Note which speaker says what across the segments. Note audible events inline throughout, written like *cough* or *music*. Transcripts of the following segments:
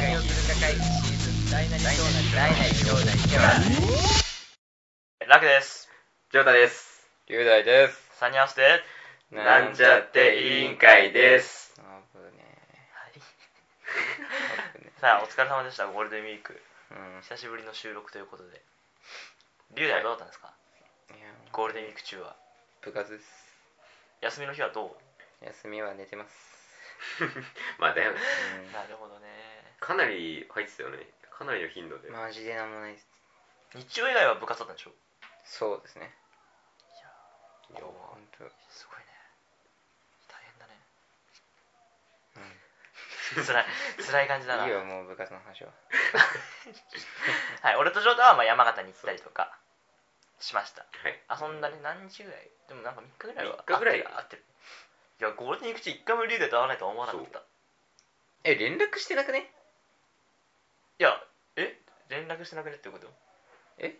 Speaker 1: 会シーズン大なり小なり大なり小なり
Speaker 2: ラクです。
Speaker 3: ジョータです。
Speaker 4: 雄大です。
Speaker 2: サニアスで。
Speaker 3: なんちゃって委員会です。
Speaker 4: 危ね
Speaker 2: さあ、お疲れ様でした。ゴールデンウィーク。
Speaker 4: え。うん。
Speaker 2: 久しぶりの収録ということで。リュウダイはどうだったんですか
Speaker 4: いや、
Speaker 2: ゴールデンウィーク中は。
Speaker 4: 部活です。
Speaker 2: 休みの日はどう
Speaker 4: 休みは寝てます。
Speaker 3: *laughs* まあだよね。
Speaker 2: なるほどね。
Speaker 3: かなり入ってたよね。かなりの頻度
Speaker 4: う
Speaker 3: で
Speaker 4: ん。。マジでなんもないです。
Speaker 2: 日曜以外は部活だったんでしょ
Speaker 4: そうですね。
Speaker 2: いや
Speaker 4: 本当。うん。
Speaker 2: すごいね。大変だね。辛い、辛い感じだな。
Speaker 4: いいよ、もう部活の話は。
Speaker 2: *laughs* はい、俺とジョータはまあ山形に行ったりとかしました。
Speaker 3: はい。
Speaker 2: 遊んだね、何日ぐらいでもなんか3日ぐらいは。
Speaker 3: 三日ぐらい
Speaker 2: あってる。いや、ゴールデンウィーク中1回もリュウダイと会わないとは思わなかった。
Speaker 4: え、連絡してなくね
Speaker 2: いや、え連絡してなくねってこと
Speaker 4: え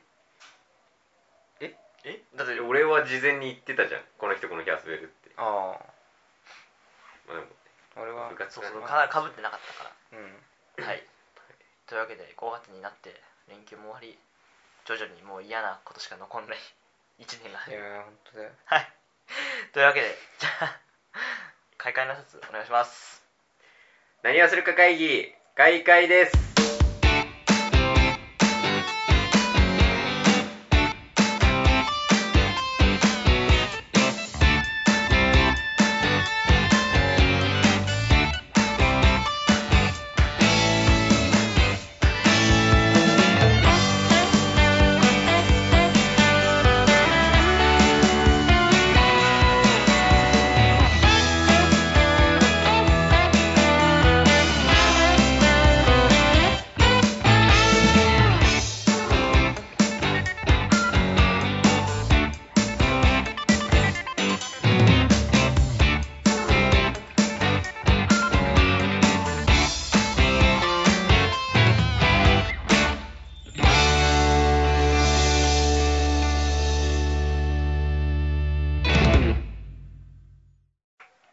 Speaker 3: え
Speaker 2: えだって俺、
Speaker 3: 俺は事前に言ってたじゃん。この人この日遊べるって。
Speaker 4: あ
Speaker 3: まあでも、
Speaker 4: あ。俺は
Speaker 3: 部。活
Speaker 2: そう
Speaker 3: が
Speaker 2: そう、
Speaker 3: ね
Speaker 2: かかぶってなかったか
Speaker 4: うん。
Speaker 2: ら。はい。というわけで、5月になって、連休も終わり、徐々にもう嫌なことしか残んない1年 *laughs* が
Speaker 4: いやー、本当だよ。
Speaker 2: はい。というわけで、じゃあ、開会の挨拶お願いします。
Speaker 3: 何をするか会議、開会です。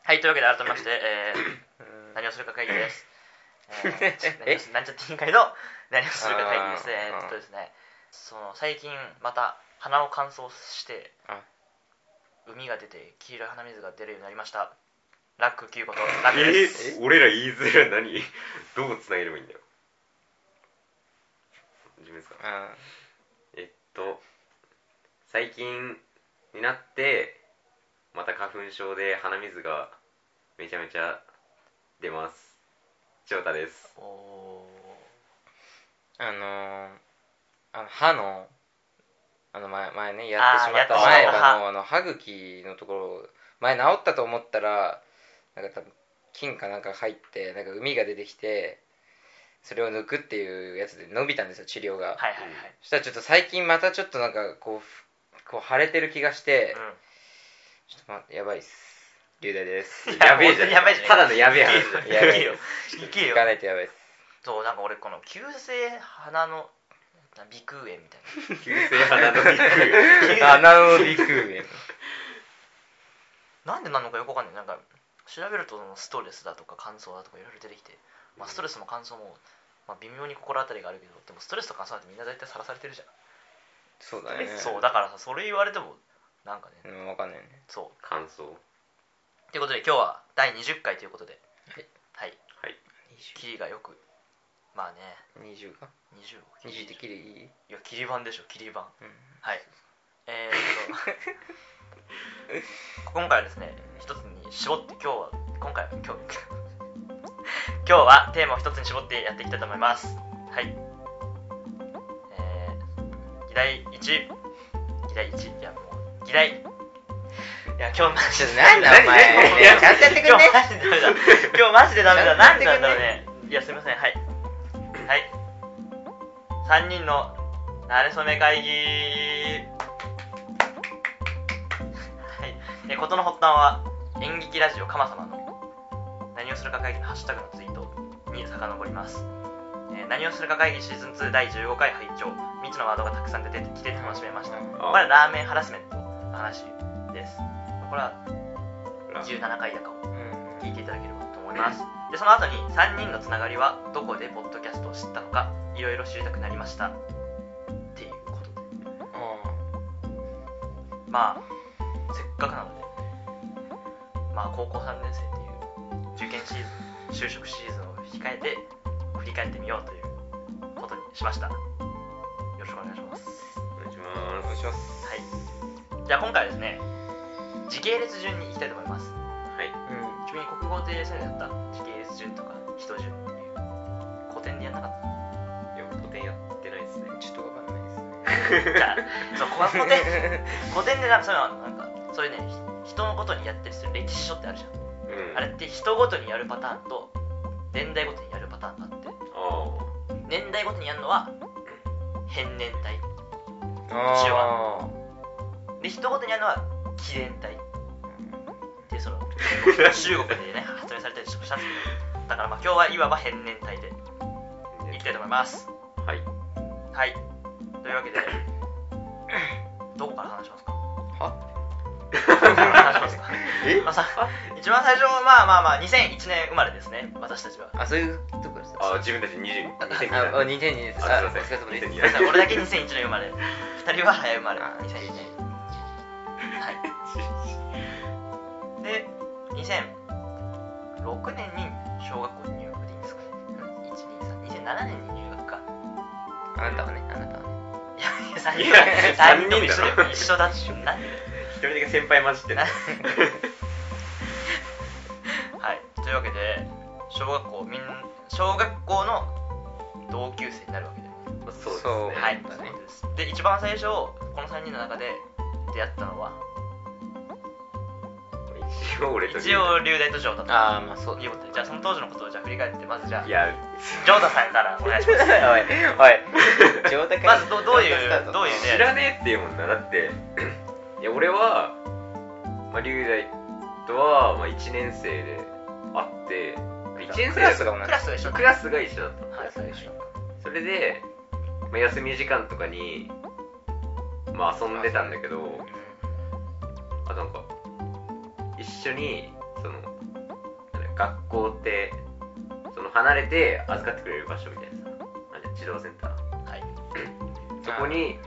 Speaker 2: はい、というわけで、改めまして、えー、
Speaker 4: うん。
Speaker 2: 何をするか会議
Speaker 3: *laughs*
Speaker 2: です。えー何をすなんちゃって委員会の *laughs* 何をするか会議です。え
Speaker 4: あー
Speaker 2: ー、っとですね、その最近また鼻を乾燥して
Speaker 4: あ、
Speaker 2: 海が出て黄色い鼻水が出るようになりました。ラック9ことラックで
Speaker 3: え
Speaker 2: す。
Speaker 3: 俺ら言いづらい何 *laughs* どう繋げればいいんだよ。自分ですか
Speaker 4: あ
Speaker 3: えっと、最近になって、また花粉症で鼻水がめちゃめちゃ出ます。翔
Speaker 2: *laughs*
Speaker 3: 太です。
Speaker 2: お
Speaker 4: あのー、あの、歯の、あの前、前ね、やって
Speaker 2: あー
Speaker 4: しまった
Speaker 3: やって
Speaker 4: 前
Speaker 3: しまった
Speaker 4: 歯の、あの、歯茎のところ、前治ったと思ったら、なんか多分、菌かなんか入って、なんか海が出てきて、それを抜くっていうやつで伸びたんですよ、治療
Speaker 2: ー
Speaker 4: が。
Speaker 2: はいはいはい。
Speaker 4: そしたらちょっと最近またちょっとなんか、こうふ、こう腫れてる気がして
Speaker 2: う、ん
Speaker 4: ちょっとま、やばいっす。龍大です。
Speaker 2: いや
Speaker 3: やべえじゃん。
Speaker 2: やばいじゃん
Speaker 3: ただのやべえ話
Speaker 2: い
Speaker 3: だ
Speaker 2: や
Speaker 3: よ。
Speaker 2: い
Speaker 4: や
Speaker 2: や
Speaker 4: ば
Speaker 2: い
Speaker 4: い
Speaker 2: や
Speaker 4: です。
Speaker 2: 行けよ
Speaker 4: 行かないとやばいっす。
Speaker 2: そうなんか俺この急性鼻のな鼻腔炎みたい
Speaker 3: 急性鼻のびっく
Speaker 2: *laughs*
Speaker 3: り。
Speaker 4: 穴のビクー
Speaker 2: ななんでなのかよくわかんないなんか調べるとそのストレスだとか乾燥だとかいろいろ出てきて、まあ、ストレスも乾燥も、まあ、微妙に心当たりがあるけどでもストレスと乾燥なんてみんな大体さらされてるじゃん、
Speaker 4: そうだね。
Speaker 2: そうだからさそれ言われてもなんかね
Speaker 4: うん。わかんないね。
Speaker 2: そ
Speaker 3: 感想。
Speaker 2: うということで今日は第20回ということで
Speaker 4: はい、
Speaker 2: はい、キリがよくまあね
Speaker 4: 20か
Speaker 2: 20を切り
Speaker 4: 20できるいい
Speaker 2: いやキリ版でしょキリ版
Speaker 4: うん
Speaker 2: はい。えー、っと、今回はですね、一つに絞って、今日は、今回は、今日、 *laughs* 今日はテーマを一つに絞ってやっていきたいと思います。はい。えー、議題1、議題1、いや、もう、議題。いや、今日マジ
Speaker 4: ちょっ
Speaker 2: で
Speaker 4: となん
Speaker 2: *laughs*
Speaker 4: だお前
Speaker 3: 何何
Speaker 4: ちゃんとやってくん
Speaker 2: 今日
Speaker 4: ね
Speaker 2: マジでダメだ。今日マジでダメだ。
Speaker 4: ちゃ
Speaker 2: なんん
Speaker 4: と
Speaker 2: で
Speaker 4: やってくんね
Speaker 2: なんだろうね。いや、すみません。はい。はい。3人のなれそめ会議はいえ事の発端は演劇ラジオかま様の何をするか会議のハッシュタグのツイートに遡ります、えー何をするか会議シーズン2第15回拝聴未知のワードがたくさん出てきて楽しめましたこれ
Speaker 3: あ
Speaker 2: はラーメンハラスメントの話ですこれは
Speaker 3: ラ
Speaker 2: 17回だかを
Speaker 4: うん
Speaker 2: 聞いていただければと思いますでその後に3人のつながりはどこでポッドキャストを知ったのかいろいろ知りたくなりましたっていうことでまあせっかくなのでまあ高校3年生っていう受験シーズン就職シーズンを控えて振り返ってみようということにしましたよろしくお願いします
Speaker 3: お願いしま
Speaker 4: お願いします
Speaker 2: はいじゃあ今回はですね時系列順にいきたいと思います
Speaker 3: すはい
Speaker 4: うん
Speaker 2: ちなみに国語で先生だった時系列順とか人順っていう古典でやんなかった
Speaker 3: いや古典やってないですね
Speaker 4: ちょっとわかんないですね
Speaker 2: じゃあ、 *laughs* そう、古典、古典でなんかそういうの、なんか、そういうね、ひ人のことにやったりする歴史書ってあるじゃ
Speaker 3: うん
Speaker 2: ん。あれって人ごとにやるパターンと、年代ごとにやるパターンがあって、
Speaker 3: ああ
Speaker 2: 年代ごとにやるのは、変年代。
Speaker 4: あ
Speaker 2: で、人ごとにやるのは、紀伝代っていう、その、中国でね、発明されたりしたんですけど、だからまあ今日はいわば変年代でいきたいと思います。
Speaker 3: はい
Speaker 2: はい。というわけで、どこから話しますか
Speaker 4: は
Speaker 2: 話します *laughs* か
Speaker 3: え
Speaker 2: まあ、さ一番最初はまあまあまあ2001年生まれですね私
Speaker 4: *laughs*
Speaker 2: たちは
Speaker 4: あそういうとこです
Speaker 3: あ自分たち20 2002
Speaker 4: ああ
Speaker 3: だ
Speaker 4: 2002年です
Speaker 3: あ
Speaker 4: あお
Speaker 3: すいません
Speaker 4: 疲れ様です
Speaker 3: 2002
Speaker 2: 皆さん俺だけ2001年生まれ2人は早生まれ
Speaker 4: あ
Speaker 2: 2001年はいで2006年に小学校入学でいいんですかね1232007年に入学か
Speaker 4: あなたはねあなたはね
Speaker 2: いやいや三
Speaker 3: い
Speaker 2: 人
Speaker 3: や
Speaker 2: 三人と
Speaker 3: 三人
Speaker 2: 一緒
Speaker 3: だろ
Speaker 2: だよ一緒だっしょなんで
Speaker 3: 一人だけ先輩混じってる
Speaker 2: なはい、というわけで小学校みん小学校の同級生になるわけで、
Speaker 3: そうですね
Speaker 4: そう
Speaker 2: はい、
Speaker 4: だね
Speaker 2: そうですで一番最初この3人の中で出会ったのは
Speaker 3: 一応俺と
Speaker 2: 一応龍大と城太と
Speaker 4: ああまあそう
Speaker 2: いうことでじゃあその当時のことをじゃあ振り返ってまずじゃあ
Speaker 3: いや
Speaker 2: 城太さんからお願いします
Speaker 4: おいおい上手
Speaker 2: まずどどういうどういう
Speaker 3: 知
Speaker 2: 出会い
Speaker 3: らねえって言うもんなだっていや俺は、まあ、龍大とは、まあ、1年生で会って1年生
Speaker 4: クラスが
Speaker 3: だ
Speaker 4: 同じ
Speaker 2: クラスが一緒
Speaker 3: クラスが一緒だった
Speaker 2: はい
Speaker 4: 最初
Speaker 3: それで、まあ、休み時間とかに、まあ、遊んでたんだけどあとなんか一緒にそのなんだ学校ってその離れて預かってくれる場所みたいなさあれ児童センター
Speaker 2: はい
Speaker 3: そこに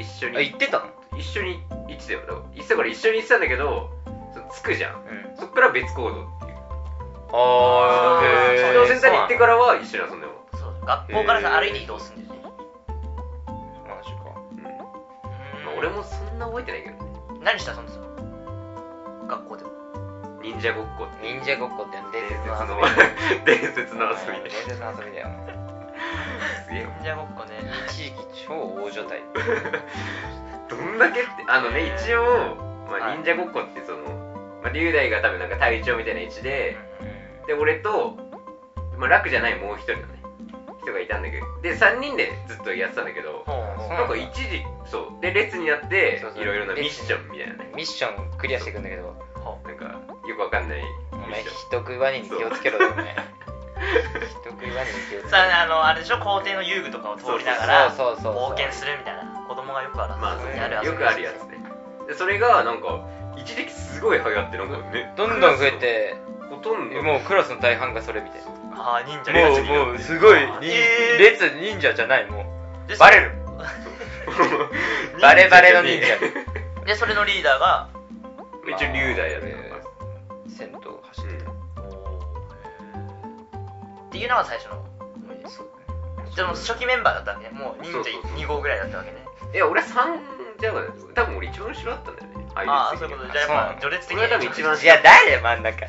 Speaker 3: 一緒
Speaker 4: あ
Speaker 3: に
Speaker 4: 行ってたの
Speaker 3: 一緒に行ってたよだから行ってたから一緒に行ってたんだけどその着くじゃん
Speaker 4: うん
Speaker 3: そっから別行動っていう
Speaker 4: あ
Speaker 2: ーへ
Speaker 3: 児童センターに行ってからは一緒に遊んでも
Speaker 2: そう学校からさ歩いて移動するんだよね
Speaker 4: マジか
Speaker 3: うんま
Speaker 2: うん
Speaker 3: あ俺もそんな覚えてないけどね
Speaker 2: 何して遊んでたの学校で
Speaker 3: 忍者ごっこっていう
Speaker 4: 忍者ごっこって伝
Speaker 3: 伝
Speaker 4: 説
Speaker 3: 説
Speaker 4: の遊
Speaker 3: の
Speaker 4: びだよ
Speaker 3: *laughs* 伝
Speaker 4: 伝説
Speaker 3: 説の遊びで
Speaker 4: の遊びだよ
Speaker 3: すげえ
Speaker 2: じゃあごっこね
Speaker 4: 一時期超大所帯
Speaker 3: どんだけってあのね一応、ま
Speaker 2: は
Speaker 3: あ、
Speaker 2: い
Speaker 3: 忍者ごっこってその、まあ、龍大が多分なんか隊長みたいな位置で、で俺と、まあ、楽じゃないもう一人のね人がいたんだけどで3人でずっとやってたんだけど
Speaker 2: ほうほう
Speaker 4: そう
Speaker 3: なんか一時そうで列になって
Speaker 4: そうそう
Speaker 3: いろいろなミッションみたいなね
Speaker 4: ミッションクリアしていくんだけど
Speaker 2: ほ
Speaker 3: なんかよくわかんない
Speaker 4: お
Speaker 3: ミッ
Speaker 4: 前
Speaker 3: ション
Speaker 4: 人食いワニに気をつけろよお前人食いワニに気をつけろ
Speaker 2: うさああのあれでしょ校庭の遊具とかを通りながら
Speaker 4: そうそうそうそう
Speaker 2: 冒険するみたいな子供がよくある
Speaker 3: まあ
Speaker 4: そ
Speaker 3: そうう
Speaker 4: ね
Speaker 2: やる
Speaker 3: ね
Speaker 2: 遊
Speaker 3: よ
Speaker 2: び
Speaker 3: くあるやつねでそれがなんか一時期すごい流行ってなんかね
Speaker 4: どんどん増えて
Speaker 3: ほとんど
Speaker 4: もうクラスの大半がそれみたい
Speaker 2: ああ忍者
Speaker 4: なもうもうすごい忍
Speaker 2: えー
Speaker 4: 列忍者じゃないもう
Speaker 2: で
Speaker 4: バレるバレバレの忍
Speaker 3: じゃ
Speaker 4: 者
Speaker 3: ね
Speaker 2: でそれのリーダーが
Speaker 3: え一応龍大だった
Speaker 4: ま
Speaker 3: か
Speaker 4: あ戦闘走ってた
Speaker 2: っていうのが最初の思い出ですでも初期メンバーだったわけねもう忍
Speaker 3: そう
Speaker 2: 者
Speaker 3: そうそう
Speaker 2: 2号ぐらいだったわけね
Speaker 3: らいや俺3じゃなかった多分俺一番後ろだったんだよね
Speaker 2: ああそういうことでじゃあやっぱ序列的に
Speaker 3: 俺は多分一番
Speaker 4: いや誰真ん中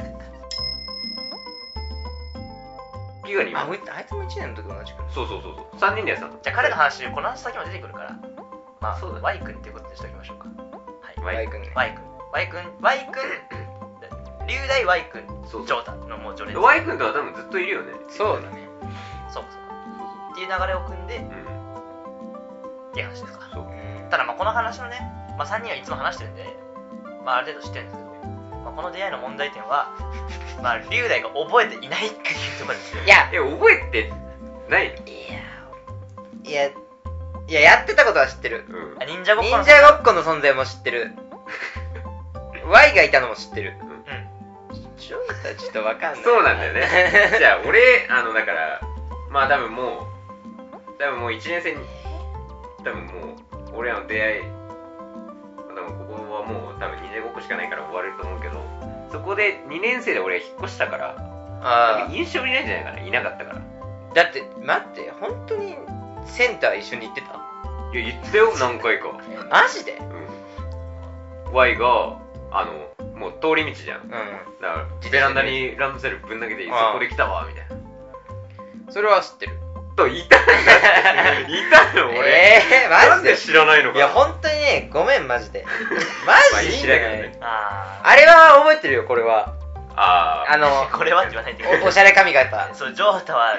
Speaker 3: ギガに
Speaker 4: あもう一あいつも1年の時同じくらい
Speaker 3: そうそうそうそう3人でやってたの
Speaker 2: じゃあ彼の話この話先も出てくるからまあ
Speaker 3: そうだね
Speaker 2: Y 君っていうことにしておきましょうかはい
Speaker 4: バイクね
Speaker 2: Y 君 Y 君 Y 君龍大 Y 君
Speaker 3: そう
Speaker 2: ジョ
Speaker 3: そ
Speaker 2: ータのもう序
Speaker 3: う
Speaker 2: 列
Speaker 3: で Y 君とは多分ずっといるよね
Speaker 4: そうだね
Speaker 2: そうそうっていう流れを組んで
Speaker 3: うん
Speaker 2: っていう話ですか
Speaker 3: そう
Speaker 2: ただまあこの話のね、まあ、3人はいつも話してるんで、まあ、ある程度知ってるんですけど、まあ、この出会いの問題点は、 *laughs* まあ、龍大が覚えていないっていうところですよ
Speaker 4: いや
Speaker 3: え覚えてない
Speaker 4: いやいややってたことは知ってる
Speaker 3: うん
Speaker 2: あ忍者ごっ
Speaker 4: 忍
Speaker 2: この
Speaker 4: 者ごっこの存在も知ってる Y がいたのも知ってる
Speaker 2: うん
Speaker 4: 翔太ちょっとわかんない
Speaker 3: そうなんだよ
Speaker 4: *laughs*
Speaker 3: ねじゃあ俺あのだからまあ多分もう多分もう1年生に多分もう俺らの出会い多分ここはもう多分2年後しかないから終われると思うけどそこで2年生で俺は引っ越したから
Speaker 4: あ
Speaker 3: 印象にないんじゃないかないなかったから
Speaker 4: あだって待って本当にセンター一緒に行ってた
Speaker 3: いや言ってたよ何回か
Speaker 4: えマジで
Speaker 3: うん Y があのもう通り道じゃんだ
Speaker 4: う
Speaker 3: から
Speaker 4: 自転車で
Speaker 3: ベランダにランドセルぶん投げてそ
Speaker 4: ああ
Speaker 3: こで来たわみたいなん
Speaker 4: それは知ってる
Speaker 3: といたんだ
Speaker 4: *laughs*
Speaker 3: いたの俺、
Speaker 4: えー、
Speaker 3: な
Speaker 4: マ
Speaker 3: ん
Speaker 4: ジ
Speaker 3: で
Speaker 4: で
Speaker 3: 知らないのか
Speaker 4: いや本当にねごめんマジ
Speaker 3: *laughs*
Speaker 4: で
Speaker 3: ま
Speaker 4: マ
Speaker 3: あ
Speaker 4: ジでいいん
Speaker 3: 知
Speaker 4: だ
Speaker 3: らん
Speaker 4: よ
Speaker 3: けど
Speaker 4: ね
Speaker 3: ね
Speaker 2: あ
Speaker 4: あれは覚えてるよこれは
Speaker 3: ああ *laughs*
Speaker 4: あの
Speaker 2: あ *laughs* これはって言わないでく
Speaker 4: おお
Speaker 2: だ
Speaker 4: し
Speaker 2: さ
Speaker 4: ゃれ髪型
Speaker 2: いそうジョータは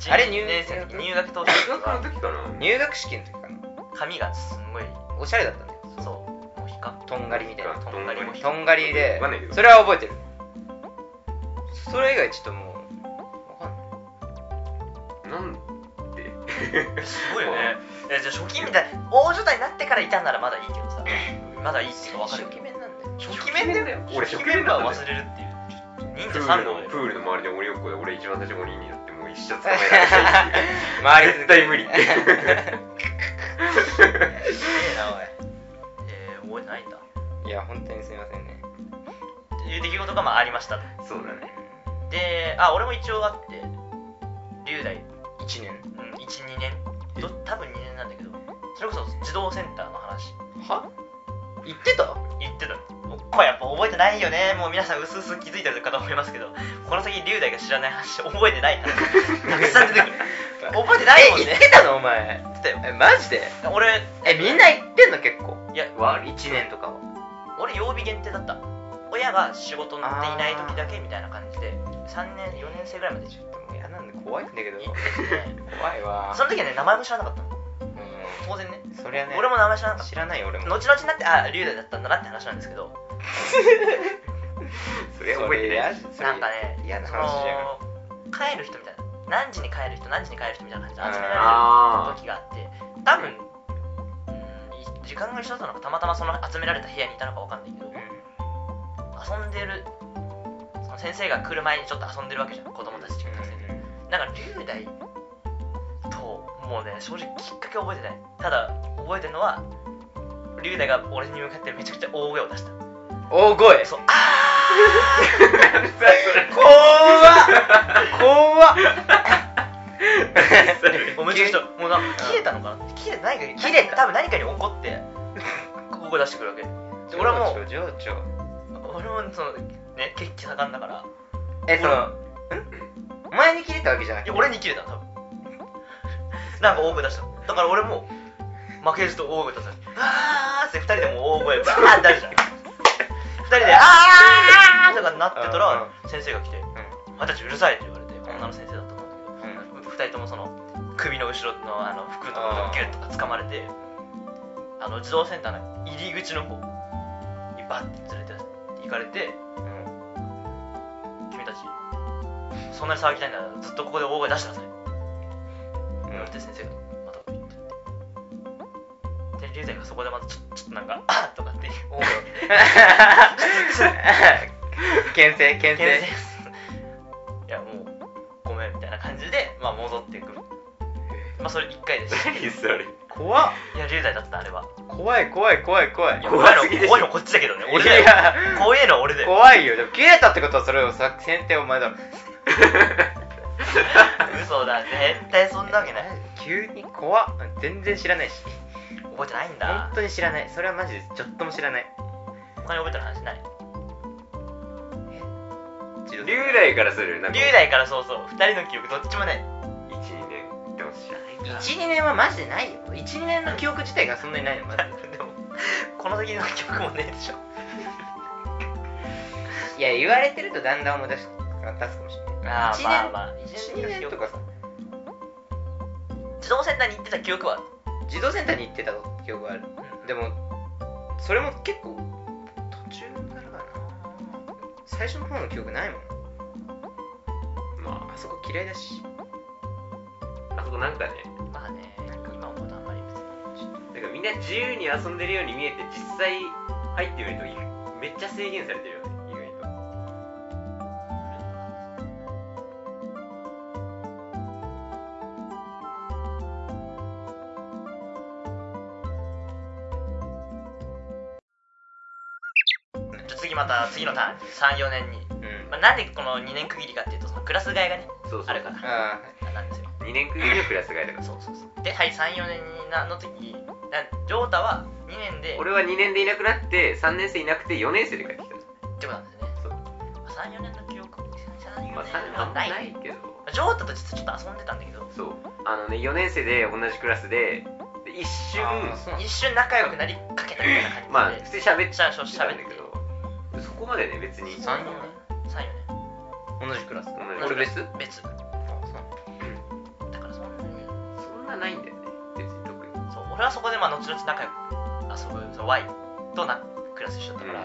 Speaker 2: 1
Speaker 4: あれ入
Speaker 2: 年生の時
Speaker 4: 入
Speaker 2: 入学当初
Speaker 3: 中学の
Speaker 2: は
Speaker 3: 時かな
Speaker 4: 入学式の時かな
Speaker 2: 髪がすんごい
Speaker 4: おしゃれだったね
Speaker 2: そうもうひか
Speaker 4: とんがりみたいな
Speaker 2: とんがりも
Speaker 4: とんがりで
Speaker 3: わかんないけど
Speaker 4: それは覚えてるそれ以外ちょっともうわかんない
Speaker 3: なん *laughs* です
Speaker 2: ごいよねえじゃあ初期みたい大所帯になってからいたんならまだいいけどさまだいいっていうか分かる
Speaker 4: 初期
Speaker 2: けど
Speaker 4: 面なんだよ
Speaker 2: 初期メンバー
Speaker 3: 俺
Speaker 2: 俺
Speaker 3: 初
Speaker 2: 初
Speaker 3: 期
Speaker 2: 期
Speaker 3: メ
Speaker 2: メ
Speaker 3: ン
Speaker 2: ン
Speaker 3: バ
Speaker 2: バ
Speaker 3: ー
Speaker 2: ー
Speaker 3: 忘
Speaker 2: 忘
Speaker 3: れ
Speaker 2: れるっていう
Speaker 3: プ
Speaker 2: 忍者
Speaker 3: ー
Speaker 2: 三
Speaker 3: ル
Speaker 2: 号
Speaker 3: の
Speaker 2: だよ
Speaker 3: プールの周りで鬼ごっこで俺一番最初鬼になってもう一生捕まえられない *laughs* っていう
Speaker 4: 周り
Speaker 3: 絶対無理
Speaker 2: えー、覚えてないんだ
Speaker 4: いや本当にすみませんね
Speaker 2: っていう出来事がまあありましたと
Speaker 3: そうだね
Speaker 2: であ俺も一応あって龍大、
Speaker 4: 1年
Speaker 2: うん、12年ど多分2年なんだけどそれこそ児童センターの話
Speaker 4: は行ってた
Speaker 2: 言ってたのこれやっぱ覚えてないよねもう皆さんうすうす気づいてるかと思いますけどこの先龍大が知らない話覚えてない話た
Speaker 4: *laughs*
Speaker 2: くさん出てくる覚えてないもん
Speaker 4: え行
Speaker 2: ね
Speaker 4: ってたのお前
Speaker 2: 言ってたよ
Speaker 4: えマジで
Speaker 2: 俺
Speaker 4: えみんな行ってんの結構
Speaker 2: いや
Speaker 4: わ1年とかは
Speaker 2: 俺曜日限定だった親が仕事乗っていない時だけみたいな感じで3年4年生ぐらいまで行
Speaker 4: ちょっともう嫌なんで怖いんだけど
Speaker 2: ってて
Speaker 4: 怖いわ
Speaker 2: その時はね名前も知らなかったの
Speaker 4: う
Speaker 2: 当然ね
Speaker 4: んそりゃね
Speaker 2: 俺も名前知らなかっ
Speaker 4: 知らないよ俺
Speaker 2: た
Speaker 4: も
Speaker 2: 後々になってあ龍大だったんだなって話なんですけど
Speaker 3: それ覚えてな
Speaker 4: それ
Speaker 3: い
Speaker 4: 嫌それ
Speaker 2: なんかね
Speaker 4: 嫌な
Speaker 2: そ
Speaker 4: 話じゃん
Speaker 2: の帰る人みたいな何時に帰る人何時に帰る人みたいな感じで集められる
Speaker 3: *laughs* あ
Speaker 2: 時があって多分、うん時間が一緒だったのかたまたまその集められた部屋にいたのかわかんないけど
Speaker 4: う
Speaker 2: 遊んでるその先生が来る前にちょっと遊んでるわけじゃん子供たち中学生で
Speaker 4: ん
Speaker 2: だから龍大ともうね正直きっかけ覚えてないただ覚えてるのは龍大が俺に向かってめちゃくちゃ大声を出した
Speaker 4: 大声
Speaker 2: そうあ
Speaker 4: 怖っ怖っ
Speaker 2: ーもうめちゃくちゃもうなんか切れたのかな切れてないか
Speaker 4: 切れた
Speaker 2: 多分何かに怒って大声出してくる *laughs* わけで俺はもう
Speaker 4: 情緒情緒
Speaker 2: 俺もそのね血気盛んだから
Speaker 4: えそのんお前に切れたわけじゃないくて
Speaker 2: や俺に切れたの多分 *laughs* なんか大声出したのだから俺も負けずと大声出したのあーって2人でもう大声バーって出したの2人であーとかなってたら先生が来て「私たちうるさい」って言われて女の先生だったと思うんだけど2人ともその首の後ろのあの服のところをギュッとか掴まれてあの児童センターの入り口の方にバッて連れて行かれて
Speaker 4: うんうん
Speaker 2: 君たちそんなに騒ぎたいならずっとここで大声出してくださいって言われて先生がまた言ってってで龍大がそこでまたちょちょっとなんか「あっ!」とかっていう大声を
Speaker 4: 牽制牽
Speaker 2: 牽
Speaker 4: 制
Speaker 2: 制いやもうごめんみたいな感じで、まあ、戻ってくるまあそれ1回
Speaker 3: *laughs*
Speaker 2: です
Speaker 3: 何それ
Speaker 4: 怖っ
Speaker 2: いや龍大だったあれは
Speaker 4: 怖い怖い怖い怖い
Speaker 2: いや
Speaker 3: 怖すぎでしょ
Speaker 2: 怖いのこっちだけどね俺
Speaker 4: い
Speaker 2: だよ
Speaker 4: や
Speaker 2: 怖いのは俺だよ
Speaker 4: 怖いよでも切れたってことはそれをさ先手お前だろ
Speaker 2: 嘘だ絶対そんなわけない
Speaker 4: 急に怖っ全然知らないし
Speaker 2: 覚えてないんだ
Speaker 4: 本当に知らないそれはマジでちょっとも知らない
Speaker 2: 他に覚えてる話ない
Speaker 4: 龍
Speaker 3: 龍大からするなんか
Speaker 2: 龍大からそうそう2人の記憶どっちもない
Speaker 3: 12年でも知らないから
Speaker 4: 12年はマジでないよ12年の記憶自体がそんなにないのマジで
Speaker 2: *laughs* でもこの先の記憶もねえでしょ
Speaker 4: *laughs* いや言われてるとだんだん思い出し出すかもしれない
Speaker 2: あ
Speaker 4: 一年
Speaker 2: まあまあ
Speaker 4: 12年とかさ
Speaker 2: 自動センターに行ってた記憶は
Speaker 4: 児童センターに行ってた記憶があるで
Speaker 2: も
Speaker 4: もそれも結構途中からかな最初の方の記憶ないもん
Speaker 3: ま
Speaker 4: あそこ嫌いだし
Speaker 3: ああそこなんかね
Speaker 2: まあね今思うとあんまり別に
Speaker 3: なんかみんな自由に遊んでるように見えて実際入ってみるとめっちゃ制限されてるよね意外と
Speaker 2: 次また次のターンっていう34年に、
Speaker 4: うん
Speaker 2: まあ、なんでこの2年区切りかっていうとそのクラス替えがね
Speaker 3: そうそう
Speaker 2: あるから
Speaker 4: あ
Speaker 2: なんですよ
Speaker 3: 2年組のクラス替えだから
Speaker 2: そうそうそうではい34年になの時なジョータは2年で
Speaker 3: 俺は2年でいなくなって3年生いなくて4年生で帰ってきたの
Speaker 2: ってことなんですね
Speaker 3: そう
Speaker 2: まあ34年の記憶34年
Speaker 3: まあ3年
Speaker 2: は
Speaker 3: は
Speaker 2: な
Speaker 3: ないいけど
Speaker 2: ジョータと実はちょっと遊んでたんだけど
Speaker 3: そうあのね4年生で同じクラスでで一瞬
Speaker 4: あそうなんだ
Speaker 2: 一瞬仲良くなりかけたみたいな感じで、
Speaker 3: まあ普通に喋っちゃ
Speaker 2: ゃ
Speaker 3: う
Speaker 2: し
Speaker 3: ん
Speaker 2: ゃ
Speaker 3: だ
Speaker 2: べって
Speaker 3: けどそこまでね別に
Speaker 4: 三人
Speaker 2: 34年
Speaker 4: 同じクラス
Speaker 3: 同じ
Speaker 4: 俺別
Speaker 2: 別だからそんなに
Speaker 3: そんなないんだよね別に特に
Speaker 2: そう俺はそこでまあ後々仲良く遊ぶその Y となクラス一緒だったから、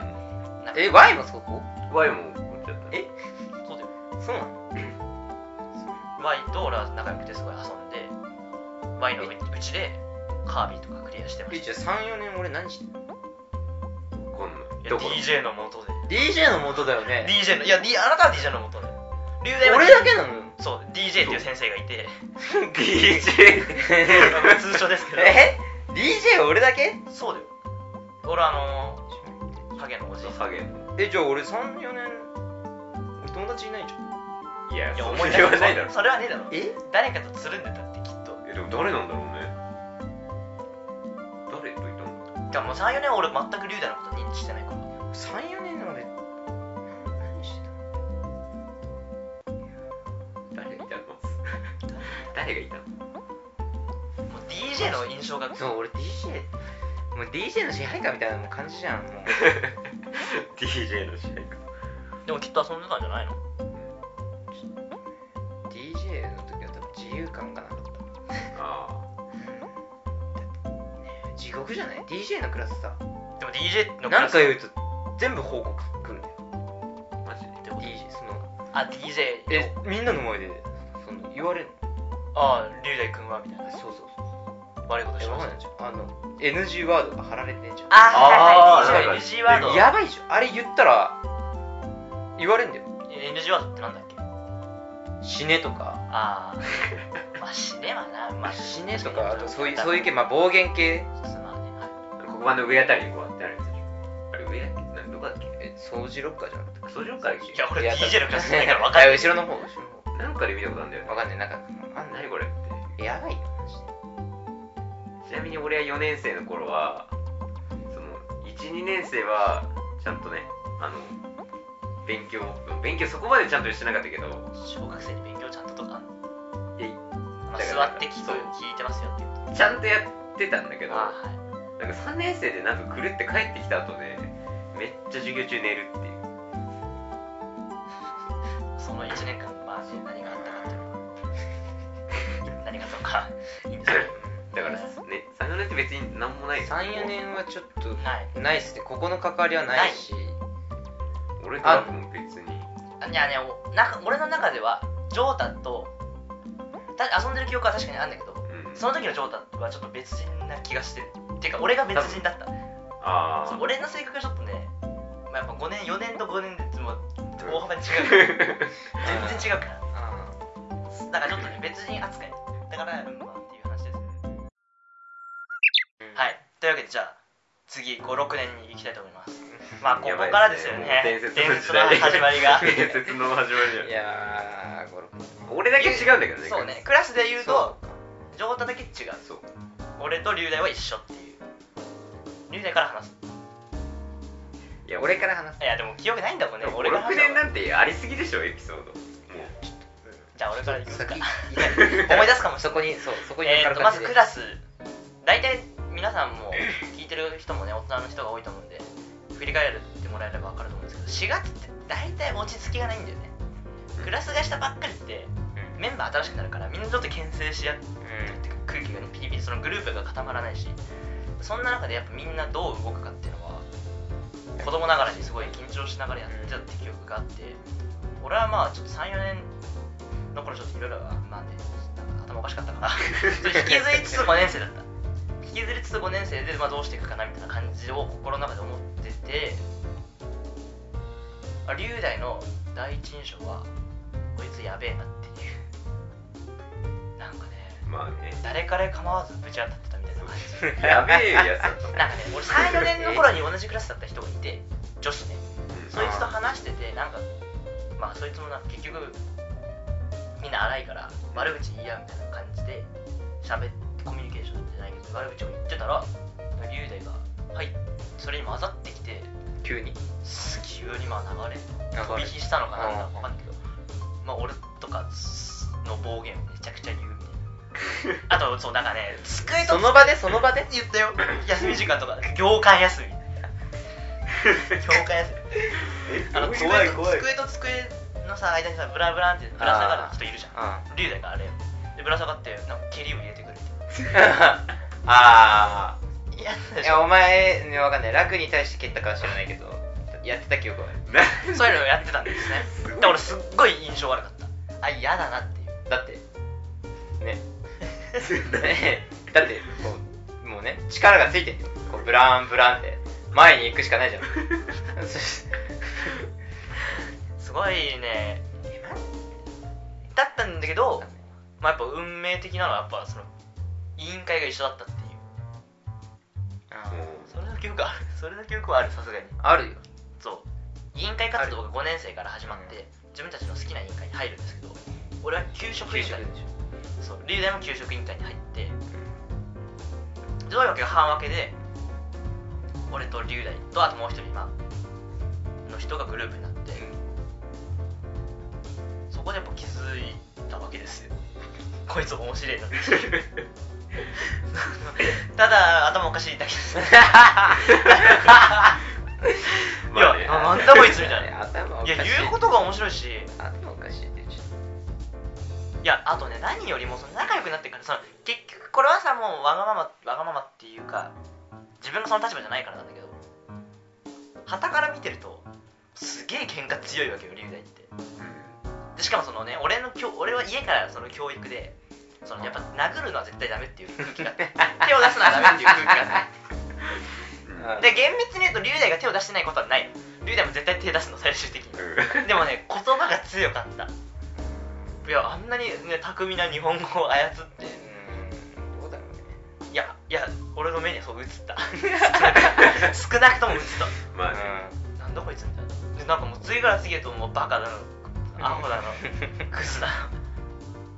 Speaker 2: なんか
Speaker 4: え Y もそこ
Speaker 3: Y も思っちゃった
Speaker 2: えそうだよ
Speaker 4: そうなの
Speaker 2: Y と俺は仲良くてすごい遊んで Y のううちでカービィとかクリアしてま
Speaker 4: え
Speaker 2: し
Speaker 4: じゃあ34年俺何してんの
Speaker 3: こん
Speaker 2: た
Speaker 3: ない
Speaker 2: や
Speaker 3: どこの
Speaker 2: DJ の元で
Speaker 4: DJ の元だよね
Speaker 2: DJ のいや、D、あなたは DJ の元で龍大は
Speaker 4: 俺だけなの *laughs* よ
Speaker 2: そう DJ っていう先生がいて
Speaker 3: DJ
Speaker 2: 通称ですけど
Speaker 4: え DJ 俺だけ
Speaker 2: そうだよ俺あのー影のおじいさん
Speaker 3: ハゲの
Speaker 4: えじゃあ俺34年俺友達いないじゃん
Speaker 3: *laughs* いや
Speaker 2: い
Speaker 3: そ
Speaker 2: や
Speaker 3: ん
Speaker 2: お
Speaker 3: な
Speaker 2: 前
Speaker 3: 言わないだろ
Speaker 2: それはねえだろ
Speaker 4: え
Speaker 2: 誰かとつるんでたってきっと
Speaker 3: えでも誰なんだろうね誰といたの
Speaker 2: いやもう34年は俺全く龍大のこと認知してないから
Speaker 4: 34年の俺何してたの
Speaker 3: 誰がいたの誰がいたの
Speaker 2: もう DJ の印象が
Speaker 4: そう俺 DJ もう DJ の支配下みたいなもう感じじゃんもう
Speaker 3: DJ の試合か
Speaker 2: でもきっと遊んでたんじゃないの
Speaker 4: DJ の時は多分自由感がなかった
Speaker 3: あ
Speaker 4: 地獄じゃない DJ のクラスさ
Speaker 2: でも DJ のク
Speaker 4: な
Speaker 2: ラ
Speaker 4: ん
Speaker 2: ス
Speaker 4: か言うと全部報告来るんだよ
Speaker 3: あマジで
Speaker 2: ってこと
Speaker 4: DJ その
Speaker 2: あ DJ
Speaker 4: えみんなの前でその言われる
Speaker 2: ああ龍大君はみたい
Speaker 4: の
Speaker 2: な
Speaker 4: そうそうそう
Speaker 2: 悪いこと
Speaker 4: え
Speaker 2: し
Speaker 4: わ
Speaker 2: ま
Speaker 4: か
Speaker 2: し
Speaker 4: んな
Speaker 2: た
Speaker 4: いじゃんあの NG ワードが貼られてんじゃん
Speaker 2: あー
Speaker 3: あー
Speaker 2: はいはい NG ワード
Speaker 4: やばいでしょあれ言ったら言われんだよ
Speaker 2: NG ワードってなんだっけ
Speaker 4: 死ねとか
Speaker 2: ああ *laughs* まあ死ねはなまあ
Speaker 4: 死ねと
Speaker 2: *laughs*
Speaker 4: かあとそういうそういう系まあ暴言系
Speaker 2: まあねは
Speaker 3: 黒板の上あたりにこうやってあるやつでしょあれ上だっけなんどこだっけ
Speaker 4: え掃除ロッカーじゃなくて
Speaker 3: 掃除ロッカーだ
Speaker 2: い
Speaker 3: っ
Speaker 2: いや
Speaker 3: け
Speaker 2: 俺
Speaker 4: いや
Speaker 2: DJ のクラスだから分
Speaker 4: わ
Speaker 2: かる
Speaker 4: 後ろの方後ろの
Speaker 3: なんかで見たことあるんだよ
Speaker 4: 方
Speaker 3: ね
Speaker 4: わかんないなんかあんない
Speaker 3: 何これって
Speaker 4: やばいよマジ
Speaker 3: ちなみに俺は4年生の頃はその12年生はちゃんとねあの勉強勉強そこまでちゃんとしてなかったけど
Speaker 2: い小学生に勉強ちゃんととか
Speaker 3: いや
Speaker 2: まあ
Speaker 3: だか
Speaker 2: 座
Speaker 3: ら
Speaker 2: って聞く
Speaker 3: そう
Speaker 2: 聞いてますよって言うと
Speaker 3: ちゃんとやってたんだけど
Speaker 2: あ
Speaker 3: な
Speaker 2: あはい
Speaker 3: んか3年生でなんか狂って帰ってきた後でめっちゃ授業中寝るっていう
Speaker 2: その1年間まあね何があったかっていうのは何があったのかいいんですけど
Speaker 3: だからね34年って別に何もない
Speaker 4: 34年はちょっと
Speaker 2: はい
Speaker 4: ないっすねここの関わりはないし
Speaker 3: 俺とはもう別に
Speaker 2: あいやねおなんか俺の中ではジョータとた遊んでる記憶は確かにあるんだけど
Speaker 3: うん
Speaker 2: その時のジョータはちょっと別人な気がしてるっていうか俺が別人だった
Speaker 3: あ
Speaker 2: そう
Speaker 3: あ
Speaker 2: 俺の性格がちょっとね、まあ、やっぱ5年4年と5年でもう大幅に違う全然違うから
Speaker 4: あ
Speaker 2: だからちょっとね別人扱いだからうんまあっていう話ですね
Speaker 4: ーうん
Speaker 2: はいというわけでじゃあ次56年に行きたいと思います
Speaker 4: うん
Speaker 2: まあここからですよね
Speaker 3: *laughs* やばいですねもう伝説の時
Speaker 2: 伝説の
Speaker 3: 代
Speaker 2: 始まり
Speaker 3: *laughs*
Speaker 2: が
Speaker 3: 伝説の始まりじゃん
Speaker 4: いやー、56
Speaker 3: *laughs* 俺だけ違うんだけどね
Speaker 2: そうねクラスで言うと
Speaker 4: うか
Speaker 2: ジョータだけ違う
Speaker 3: そう
Speaker 2: 俺と龍大は一緒っていう龍大から話す
Speaker 3: いや
Speaker 4: 俺
Speaker 3: 俺
Speaker 4: から話す
Speaker 2: いやでも記憶ないんだもんね俺から
Speaker 3: 56
Speaker 2: 話
Speaker 3: 年
Speaker 2: す
Speaker 3: なんてありすぎでしょエピソードもう
Speaker 2: じゃあ俺から行きます *laughs* か
Speaker 4: 先
Speaker 2: 思い出すかもし
Speaker 4: *laughs* そこにそうそこに
Speaker 2: れないえーとまずク
Speaker 4: ス
Speaker 2: ラス大体皆さんも聞いてる人もね大人の人が多いと思うんで振り返ってもらえれば分かると思うんですけど4月って大体落ち着きがないんだよねクラス替えしたばっかりってメンバー新しくなるからみんなちょっと牽制し合って空気がねピリピリそのグループが固まらないしそんな中でやっぱみんなどう動くかっていうのは子供ながらにすごい緊張しながらやってたって記憶があって俺はまあちょっと34年の頃ちょっといろいろまあねなんか頭おかしかったからちょっと引きずりつつ5年生だった引きずりつつ5年生で、まあ、どうしていくかなみたいな感じを心の中で思っててあ龍大の第一印象はこいつやべえなっていうなんかね
Speaker 3: まあ
Speaker 2: *laughs*
Speaker 3: ね
Speaker 2: 誰から構わずぶち当たってたみたいな感じ
Speaker 3: やべえやつだった
Speaker 2: なんかね俺34年の頃に同じクラスだった人がいて女子ねそいつと話しててなんかまあそいつもなんか結局みんな荒いから悪口言い合うみたいな感じで喋ってコミュニケーションじゃないけど悪口を言ってたら龍大が「はい」それに混ざってきて
Speaker 4: 急に
Speaker 2: す急にまあ流れ
Speaker 4: 流れ
Speaker 2: 飛び火したのかなんだ
Speaker 4: うん
Speaker 2: かわかんないけどまあ俺とかの暴言をめちゃくちゃ言うみたいなあとそうなんかね机と
Speaker 4: *laughs* その場でその場で
Speaker 2: 言ったよ休み時間とか行間休み
Speaker 4: *laughs*
Speaker 2: 行間休みあの机
Speaker 3: 怖い
Speaker 2: と
Speaker 3: 怖い
Speaker 2: 机と机のさ間にさブラブランってぶら下がる人いるじゃん
Speaker 4: あ
Speaker 2: 龍大があれでぶら下がってなんか蹴りを入れてくるみ
Speaker 4: *laughs* あ
Speaker 2: たいな嫌
Speaker 4: ー
Speaker 2: で
Speaker 4: い
Speaker 2: し
Speaker 4: や
Speaker 2: ょ
Speaker 4: お前ねわかんない楽に対して蹴ったかは知らないけどやってた記憶はある
Speaker 3: な
Speaker 2: そういうのをやってたんですね
Speaker 3: ごい
Speaker 2: で俺すっごい印象悪かったあ嫌だなっていう
Speaker 4: だって *laughs* ねねだってこうもうね力がついてんのこうブラーンブラーンって前に行くしか *laughs* ないじゃんそし
Speaker 2: すごいねだったんだけど、まあ、やっぱ運命的なのはやっぱその委員会が一緒だったっていう
Speaker 4: あ
Speaker 3: もう
Speaker 4: ー
Speaker 2: それの記憶はあるそれの記憶はあるさすがに
Speaker 4: あるよ
Speaker 2: そう委員会活動が5年生から始まって自分たちの好きな委員会に入るんですけど俺は給食委
Speaker 4: 給
Speaker 2: 員
Speaker 4: 食
Speaker 2: 会
Speaker 4: でしょ
Speaker 2: そう龍大も給食委員会に入ってどういうわけか半分けで俺と龍大とあともう一人今の人がグループになって、
Speaker 4: *laughs*
Speaker 2: そこでやっぱ気づいたわけですよ *laughs* こいつ面白いなってただ頭おかしいだけですい
Speaker 3: まあね
Speaker 2: やなんだこいつみたいな
Speaker 4: 頭おか *laughs* し
Speaker 2: い
Speaker 4: い
Speaker 2: や言うことが面白いし
Speaker 4: 頭おかしいって言っちゃっ
Speaker 2: いやあとね何よりもその仲良くなってからその結局これはさもうわがままわがままっていうか自分がその立場じゃないからなんだけど傍から見てるとすげえ喧嘩強いわけよ龍大ってでしかもそのね俺のきょ俺は家からその教育でそのやっぱ殴るのは絶対ダメっていう空気があって手を出すのはダメっていう空気があ
Speaker 4: う
Speaker 2: って
Speaker 4: ん
Speaker 2: で厳密に言うと龍大が手を出してないことはない龍大も絶対手出すの最終的に
Speaker 3: う
Speaker 2: *laughs*
Speaker 3: ん
Speaker 2: でもね言葉が強かったいやあんなに、ね、巧みな日本語を操って
Speaker 4: てうんどうだろうね
Speaker 2: いやいや俺の目にはそう映った少なくとも映っ
Speaker 3: *laughs* まあね
Speaker 2: たなんだこいつみたいなでなんかもう次から次へともうバカだのアホだのクズだ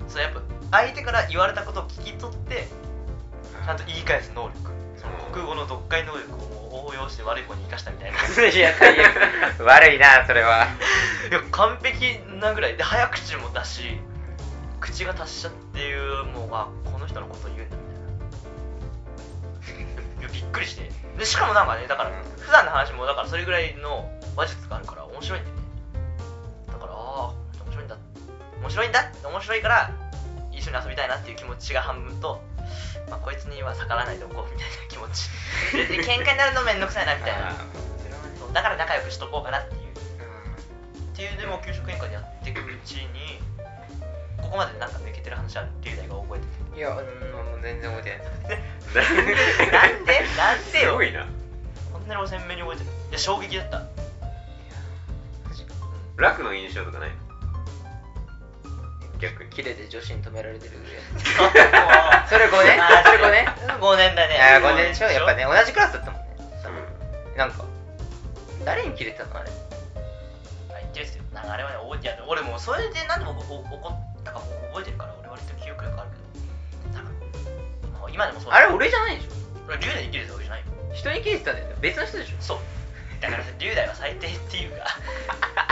Speaker 2: のそうやっぱ相手から言われたことを聞き取ってちゃんと言い返す能力その国語の読解能力をもう応用して悪い方に生かしたみたいない
Speaker 4: いや最悪 *laughs* 悪いなそれは
Speaker 2: *laughs* や完璧なぐらいで早口も出し口が達者っていうもうあこの人のことを言うんだみたいないやびっくりしてでしかもなんかねだから普段の話もだからそれぐらいの話術があるから面白いんだよねだからああ面白いんだ面白いんだ面白いから一緒に遊びたいなっていう気持ちが半分と、まあ、こいつには逆らわないでおこうみたいな気持
Speaker 4: *laughs*
Speaker 2: ちで喧嘩になるのめんどくさいなみたいな
Speaker 4: あーそれはね
Speaker 2: そうだから仲良くしとこうかなっていう
Speaker 4: うん
Speaker 2: っていうでも給食委員会でやっていくうちにここまでなんか抜けてる話は龍大が覚えて
Speaker 4: いや、うん、もう全然覚えてない。
Speaker 3: *laughs*
Speaker 2: るなんでなんですよ
Speaker 3: ごいな
Speaker 2: こんなに俺鮮明に覚えてるいや衝撃だった
Speaker 3: 楽の印象とかない逆に
Speaker 4: 綺麗で女子に止められてる。
Speaker 2: そ
Speaker 4: *laughs* それ五年
Speaker 2: あー
Speaker 4: それ五年
Speaker 2: 5年だ
Speaker 4: い
Speaker 2: ね
Speaker 4: や、5年でしょ、やっぱね、同じクラスだったもんね。
Speaker 3: う
Speaker 4: なんか、誰に切れてたのあれ。
Speaker 2: あ言ってるっすよなんかあれはね覚えていや俺もうそれで何で僕お怒ったかも覚えてるから俺割と記憶力あるけどなんかもう今でもそう
Speaker 4: あれ、俺じゃないでしょ。
Speaker 2: 俺龍大に切れたわけじゃないよ
Speaker 4: 人に切れてたんだよね。別の人でしょ。
Speaker 2: そうだからさ龍大は最低っていうか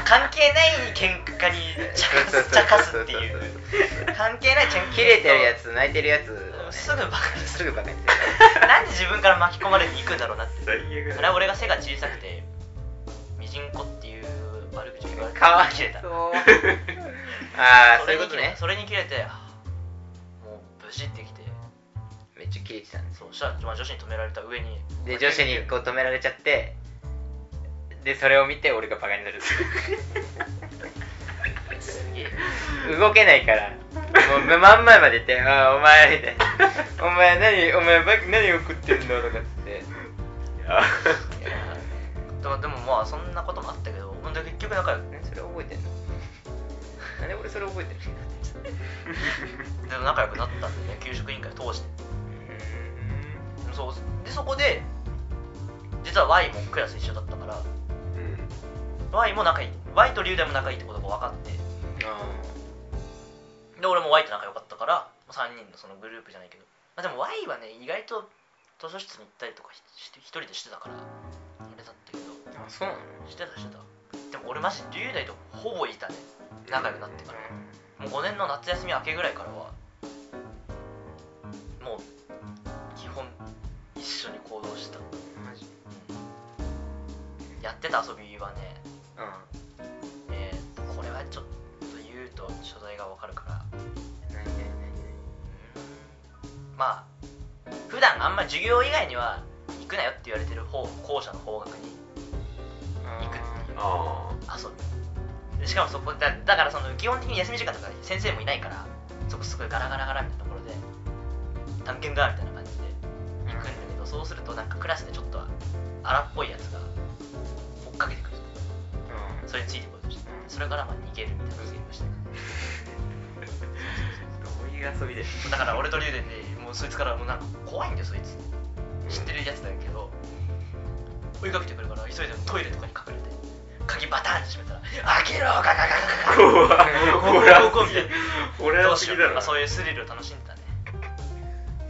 Speaker 2: 関係ない喧
Speaker 4: *laughs*
Speaker 2: 嘩にちゃかすちゃかすっていう関係ないちゃん
Speaker 4: 切れてるや
Speaker 2: つ
Speaker 4: つ、泣いてるやつをね、
Speaker 2: すぐバカにす
Speaker 4: す
Speaker 2: る
Speaker 4: *laughs* ぐバカにする。
Speaker 2: なんで自分から巻き込まれていくんだろうなって
Speaker 3: ん最
Speaker 2: そ
Speaker 3: 悪だ
Speaker 2: れは俺が背が小さくてミジンコっていう悪口を言われて
Speaker 4: かわい
Speaker 2: 切れた
Speaker 4: そう。ああ、そういうことね。
Speaker 2: それに切れてもうブシってきて
Speaker 4: めっちゃ切れてたんです。
Speaker 2: そうしたら、まあ、女子に止められた上に
Speaker 4: で、女子にこう止められちゃって、で、それを見て俺がバカになる。
Speaker 2: すげえ
Speaker 4: 動けないからもう真ん前まで行って「ああお前」みたいな「お前何お前バイク何送ってるんだ」とかっつって
Speaker 3: あ
Speaker 2: でもでもまあそんなこともあったけどほんで結局仲良く
Speaker 4: 何それ覚えてんのなんで俺それ覚え *laughs* てる
Speaker 2: でも仲良くなったんでね給食委員会を通してそうでそこで実は Y もクラス一緒だったから
Speaker 3: うん
Speaker 2: Y も仲いい Y と龍大も仲いいってことが分かってで俺も Y と仲良かったから3人のそのグループじゃないけど、まあ、でも Y はね意外と図書室に行ったりとかひして一人でしてたからあれだったけど
Speaker 4: あそうなの
Speaker 2: してたしてたでも俺マジ龍大とほぼいたね仲良くなってからもう5年の夏休み明けぐらいからはもう基本一緒に行動してた
Speaker 4: マジ
Speaker 2: やってた遊びはね
Speaker 4: うん
Speaker 2: えーとこれはちょっと言うと所在がわかるから
Speaker 4: 何何何
Speaker 2: まあ普段あんま授業以外には行くなよって言われてる方校舎の方角に
Speaker 4: 何
Speaker 2: 行くっていう
Speaker 3: あ
Speaker 2: 遊びでしかもそこだだからその基本的に休み時間とか先生もいないからそこすごいガラガラガラみたいなところで探検があるみたいな感じで行くんだけどそうするとなんかクラスでちょっと荒っぽいやつが追っかけてくるそれについてこようとしてそれからまあ逃げるみたいな遊びをして
Speaker 3: あどういう遊びで
Speaker 2: だから俺と竜電でもうそいつからもうなんか怖いんだよそいつ知ってるやつだけど追いかけてくるから急いでトイレとかに隠れて鍵バターンって閉めたら「開けろガガガガガガ
Speaker 3: 怖っホラ
Speaker 2: こ
Speaker 3: ー
Speaker 2: うこうこう
Speaker 3: す
Speaker 2: みた
Speaker 3: ぎ
Speaker 2: いな
Speaker 3: る
Speaker 2: ど
Speaker 3: ホラ
Speaker 2: う
Speaker 3: ーす
Speaker 2: し
Speaker 3: ぎ
Speaker 2: よ
Speaker 3: だ
Speaker 2: うま
Speaker 3: ろ
Speaker 2: あそういうスリルを楽しんでたね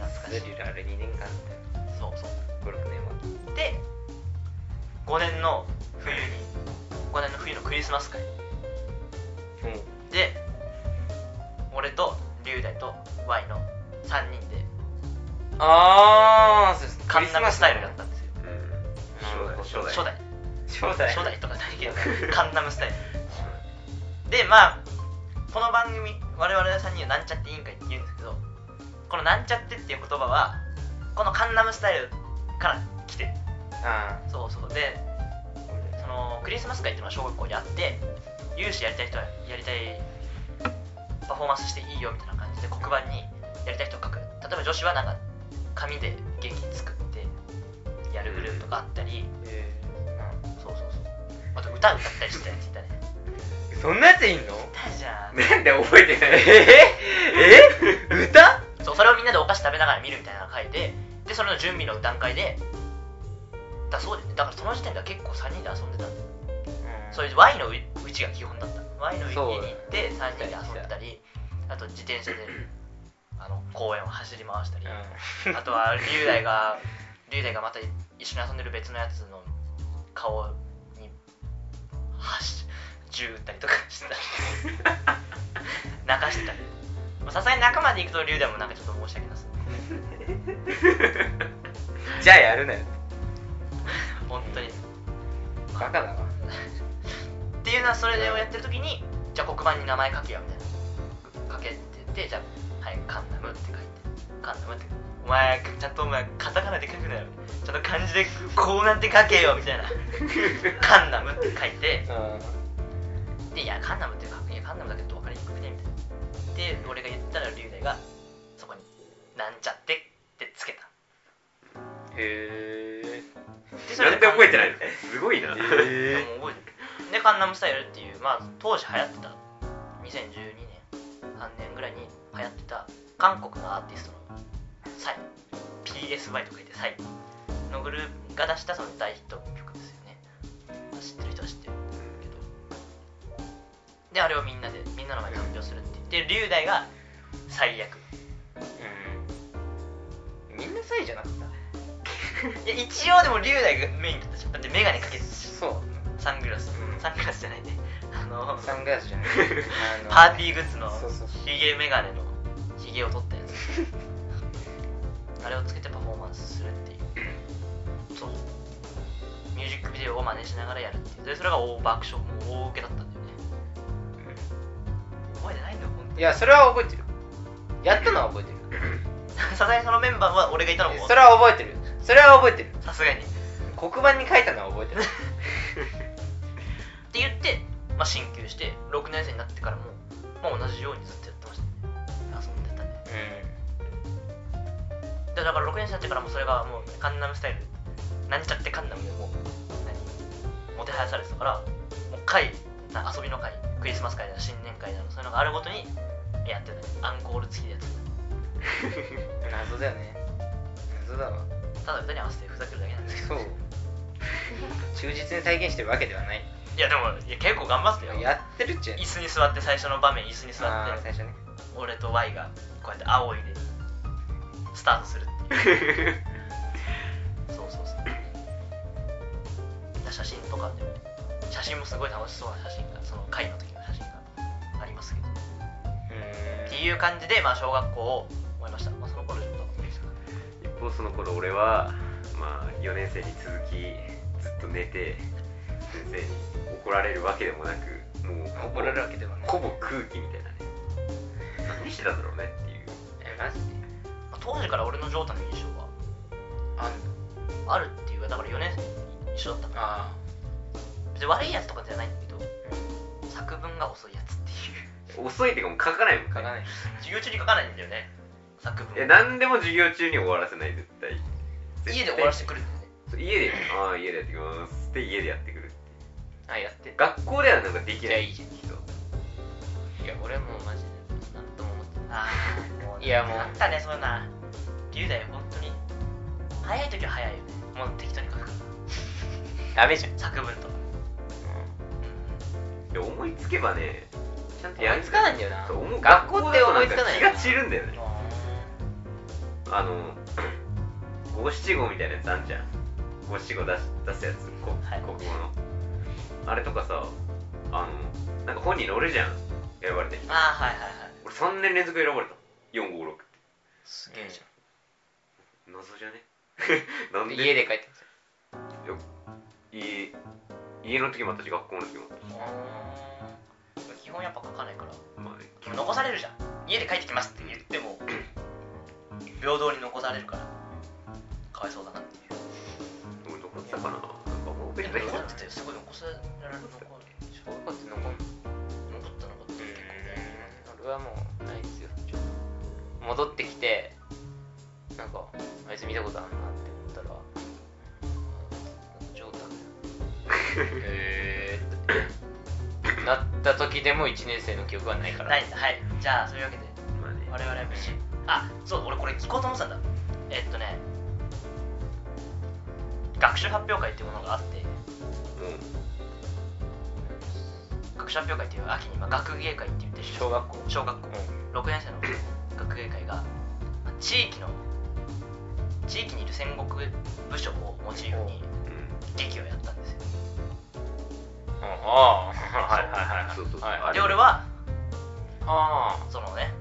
Speaker 2: 懐か
Speaker 4: デ
Speaker 2: しい
Speaker 4: ビューあれ2年間だよ
Speaker 2: そうそう
Speaker 4: 56年は
Speaker 2: で5年の冬に5年の冬のクリスマス会
Speaker 4: うん
Speaker 2: で俺と龍大と Y の3人で
Speaker 4: ああそうですね
Speaker 2: カンナムスタイルだったんですよ
Speaker 3: うん初代
Speaker 2: 初代
Speaker 4: 初代
Speaker 2: 初代とかないけどカンナムスタイルでまあこの番組我々3人はなんちゃって委員会って言うんですけどこのなんちゃってっていう言葉はこのカンナムスタイルから来てる
Speaker 4: あ
Speaker 2: そうそうでそのクリスマス会っていうのは小学校にあって有志やりたい人はやりたいパフォーマンスしていいよみたいな感じで黒板にやりたい人を書く例えば女子はなんか紙で劇作ってやるグループとかあったり、
Speaker 4: え
Speaker 2: そうそうそうあと歌歌ったりしてたやついたね
Speaker 4: そんなやついんの
Speaker 2: いたじゃん
Speaker 3: なんで覚えてない
Speaker 4: ええ歌
Speaker 2: そうそれをみんなでお菓子食べながら見るみたいなの書いてでそれの準備の段階でだそうですねだからその時点では結構3人で遊んでたんだよそういう Y のううちが基本だったの Y のうちに行って3人で遊んでたりあと自
Speaker 4: *clears throat*
Speaker 2: 転車であの公園を走り回したり
Speaker 4: うん
Speaker 2: あとは龍大が *laughs* 龍大がまた一緒に遊んでる別のやつの顔にはし銃撃ったりとかしてたり *laughs* 泣かしてたりまあさすがに中まで行くと龍大もなんかちょっと申し訳なさそう
Speaker 4: じゃあやるなよ
Speaker 2: 本当にっ
Speaker 4: バカだわ
Speaker 2: ていうのはそれをやってる時にじゃあ黒板に名前書けよみたいな書けててじゃあはいカンナムって書いてカンナムってお前ちゃんとお前カタカナで書くなよちゃんと漢字でこうなんて書けよみたいなカンナムって書いてで、いや、カンナムっていうか、いや、カンナムだけど分かりにくくて、みたいな。で、俺が言ったら、龍大が、そこに、なんちゃってってつけた。
Speaker 4: へえ
Speaker 2: で、
Speaker 3: なんで覚えてないいのすごいな
Speaker 2: や
Speaker 4: え
Speaker 2: もう覚えてるで、カンナムスタイルっていう、まあ、当時流行ってた、2012年、3年ぐらいに流行ってた、韓国のアーティストの、サイ、PSY と書いてサイのグループが出したその大ヒット曲ですよね。知ってる人は知ってる。けどであれをみんなでみんなの前で発表するって言って龍大が最悪
Speaker 4: うんみんなサイじゃなかっ
Speaker 2: いや一応でも龍大がメインだったじゃんだって眼鏡かけてた
Speaker 4: た
Speaker 2: し
Speaker 4: そ
Speaker 2: サングラス
Speaker 4: うん
Speaker 2: サングラスじゃないねあの
Speaker 4: うサングラスじゃ *laughs* ないあの
Speaker 2: パーティーグッズの
Speaker 4: そうそうそう
Speaker 2: ヒゲ眼鏡のヒゲを取ったやつ *laughs* あれをつけてパフォーマンスするっていうそうミュージックビデオを真似しながらやるっていうでそれが大爆笑もう大受けだったんだよね覚えてないんだよ本当
Speaker 4: いやそれは覚えてるやったのは覚えてる
Speaker 2: にさすがにそのメンバーは俺がいたのも
Speaker 4: それは覚えてるそれは覚えてる
Speaker 2: さすがに
Speaker 4: 黒板に書いたのは覚えてる
Speaker 2: って言って、まあ、進級して6年生になってからも、まあ、同じようにずっとやってましたね遊んでたねでだから6年生になってからもそれがもうカンナムスタイル何ちゃってカンナムでもう何もてはやされてたからもう会な遊びの会クリスマス会だの新年会だのそういうのがあるごとにやってたねアンコール付きでやって
Speaker 4: うん謎だよね謎だわ
Speaker 2: たただ歌に合わせてふざけるだけなんですけど
Speaker 4: そう忠実に再現してるわけではない
Speaker 2: いいやでもいや結構頑張ってよ
Speaker 4: やってるっちゃや
Speaker 2: 椅子に座って最初の場面椅子に座
Speaker 4: あー
Speaker 2: っ
Speaker 4: 最
Speaker 2: て
Speaker 4: 初ね
Speaker 2: 俺と Y がこうやって青いでスタートするっていう *laughs* そうそうそう写真とかでも写真もすごい楽しそうな写真がその会の時の写真がありますけどっていう感じで、まあ、小学校を思いました、まあ、その頃ちょっと思いましたかね
Speaker 3: 一方その頃俺はまあ4年生に続きずっと寝て先生に怒られるわけでもなくもう
Speaker 4: うーん怒られるわけではない
Speaker 3: ほぼ空気みたいなね何してたんだろうねっていう
Speaker 4: えマジで
Speaker 2: まあ当時から俺の状態の印象は
Speaker 4: あん
Speaker 2: あるっていうかだから4年生一緒だったから
Speaker 4: あ
Speaker 2: 別に悪いやつとかじゃないんだけど作文が遅いやつっていう
Speaker 3: 遅いっていうかもう書かないもん
Speaker 4: 書かない
Speaker 2: 授業中に書かないんだよね作文
Speaker 3: え何でも授業中に終わらせない絶対
Speaker 2: 家で終わらせて
Speaker 3: く
Speaker 2: くるんだよね
Speaker 3: る家でああ家でやってきますって家でやってくる
Speaker 4: あやってんだ
Speaker 3: 学校ではなんかでき
Speaker 4: じ
Speaker 3: な
Speaker 4: ゃあ
Speaker 3: い
Speaker 4: いいじゃん
Speaker 3: 人
Speaker 4: いや俺はもうマジで何とも思って
Speaker 2: ああもう
Speaker 4: いやもう
Speaker 2: あったねそういうのは龍大本当に早い時は早いよねもう適当に書くから
Speaker 4: ダメじゃん
Speaker 2: 作文とか
Speaker 3: で思いつけばねちゃんとや
Speaker 4: 思
Speaker 3: る
Speaker 4: いつかないんだよな
Speaker 3: そう思う
Speaker 4: 学校って思いつかない
Speaker 3: 気
Speaker 4: よな
Speaker 3: が散るんだよねあの五七五みたいなやつあんじゃん五七五出し出すやつこ
Speaker 2: はい
Speaker 3: 国語のあれとかさあのなんか本人乗るじゃん選ばれて
Speaker 2: ああはいはいはい
Speaker 3: 俺3年連続選ばれた456って
Speaker 2: すげえじ
Speaker 3: 謎じゃね *laughs* なんで
Speaker 4: で家で帰ってます
Speaker 3: 家家の時もあったし学校の時もあっ
Speaker 2: ゃんうん基本やっぱ書かないから
Speaker 3: たまあね
Speaker 2: でも残されるじゃん家で帰ってきますって言っても平等に残されるからかわいそうだなっていう
Speaker 3: 俺残ってたかななんかもう別
Speaker 2: いや
Speaker 3: に
Speaker 2: 残ってたよすごい残されられる残る
Speaker 4: 小学校って残んの
Speaker 2: 残った残った結
Speaker 4: 俺はもうないですよ戻ってきてなんかあいつ見たことあんなって思ったら冗談へえ
Speaker 3: *laughs*
Speaker 4: ーってなった時でも1年生の記憶はないか
Speaker 2: 構
Speaker 4: ら
Speaker 2: ないんだはいじゃあそういうわけで
Speaker 3: まあね
Speaker 2: 我々は無事あそう俺これ聞こうと思ってたんだえっとね学習発表会っていうものがあって学習発表会っていう秋に今学芸会って言って
Speaker 4: 小学校
Speaker 2: 小学校6年生の学芸会がまあ地域の地域にいる戦国武将をモチーフに
Speaker 3: うんうん
Speaker 2: 劇をやったんですよ
Speaker 4: ああ *laughs* はいはいはい
Speaker 3: そうそうそう
Speaker 4: はい
Speaker 3: あれ
Speaker 2: で俺は
Speaker 4: あ
Speaker 2: そのね、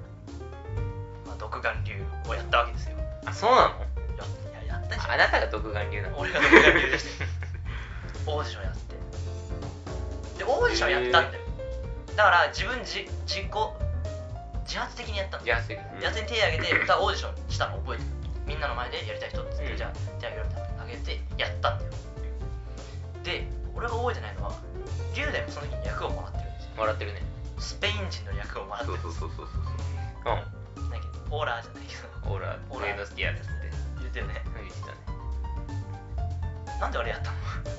Speaker 2: まあ、独眼竜をやったわけですよ
Speaker 4: ーあそうなの
Speaker 2: やややったじゃ
Speaker 4: あなたが独眼流なの
Speaker 2: ん俺が独眼竜でしたよオーディションやってでオーディションやったんだよだから自分じ自己自発的にやっ
Speaker 4: *laughs*
Speaker 2: たんだよ
Speaker 4: じゃあ次
Speaker 3: うん
Speaker 2: やつに手挙げ
Speaker 3: *clears throat*
Speaker 2: て歌オーディションしたの覚えてるみんなの前でやりたい人っつって、
Speaker 4: うん
Speaker 2: じゃあ手挙げろって挙げてやったんだよで俺が覚えてないのは龍大もその時に役をもらってるんですよ
Speaker 4: もらってるね
Speaker 2: スペイン人の役をもらって
Speaker 3: そ
Speaker 2: る
Speaker 3: うん
Speaker 2: で
Speaker 3: そう
Speaker 2: す
Speaker 3: そうそうそう
Speaker 4: う
Speaker 2: なんだっけオーラーじゃないけど
Speaker 4: んオーラ
Speaker 2: オーラ
Speaker 4: 上のスティアですって
Speaker 2: 言ってるね
Speaker 4: 言ってたね
Speaker 2: なんで俺やったの *laughs*
Speaker 3: だか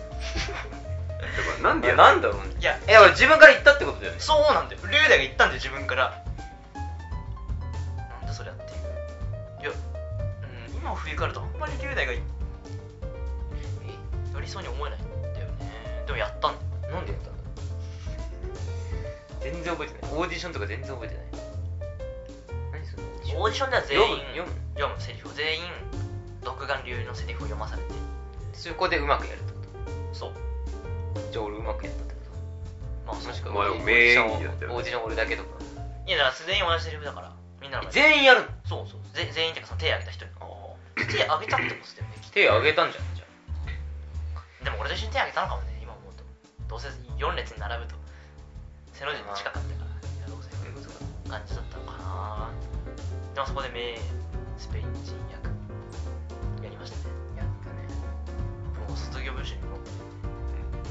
Speaker 3: らなんでや
Speaker 4: いやなんだろうね
Speaker 2: いや
Speaker 4: え俺自分から言ったってことだよね
Speaker 2: そうなんだよ龍大が言ったんで自分からなんだそりゃっていういや、うん、今振り返るとあんまり龍大がいやりそうに思えないんだよねでもやったんだよ
Speaker 4: なんでやったんだろう全然覚えてないオーディションとか全然覚えてない何それ
Speaker 2: オーディションでは全員
Speaker 4: 読む読む
Speaker 2: 読むセリフを全員独眼流のセリフを読まされて
Speaker 4: そこでうまくやるってこ
Speaker 2: そう
Speaker 4: とじゃあ俺うまくやったってこ
Speaker 2: まあ
Speaker 4: と
Speaker 2: そ
Speaker 4: も
Speaker 2: う
Speaker 4: しくは
Speaker 3: お前
Speaker 4: オーディション
Speaker 3: 名演技だったよね
Speaker 4: オーディション俺だけとか
Speaker 2: いやだから全員同じセリフだからみんなの前で
Speaker 4: 全員やるの
Speaker 2: そうそうぜ全員っていうかその手挙げた人に手挙げたってことだよねきっ
Speaker 4: 手挙げたんじゃんじゃ
Speaker 2: とでも俺と一緒に手挙げたのかもね今思うとどうせ4列に並ぶと背の字に近かったからいやどうせそういうことか感じだったのかなでもそこで名スペイン人役やりました
Speaker 4: あ
Speaker 2: ね
Speaker 4: やったね
Speaker 2: もう卒業文集にも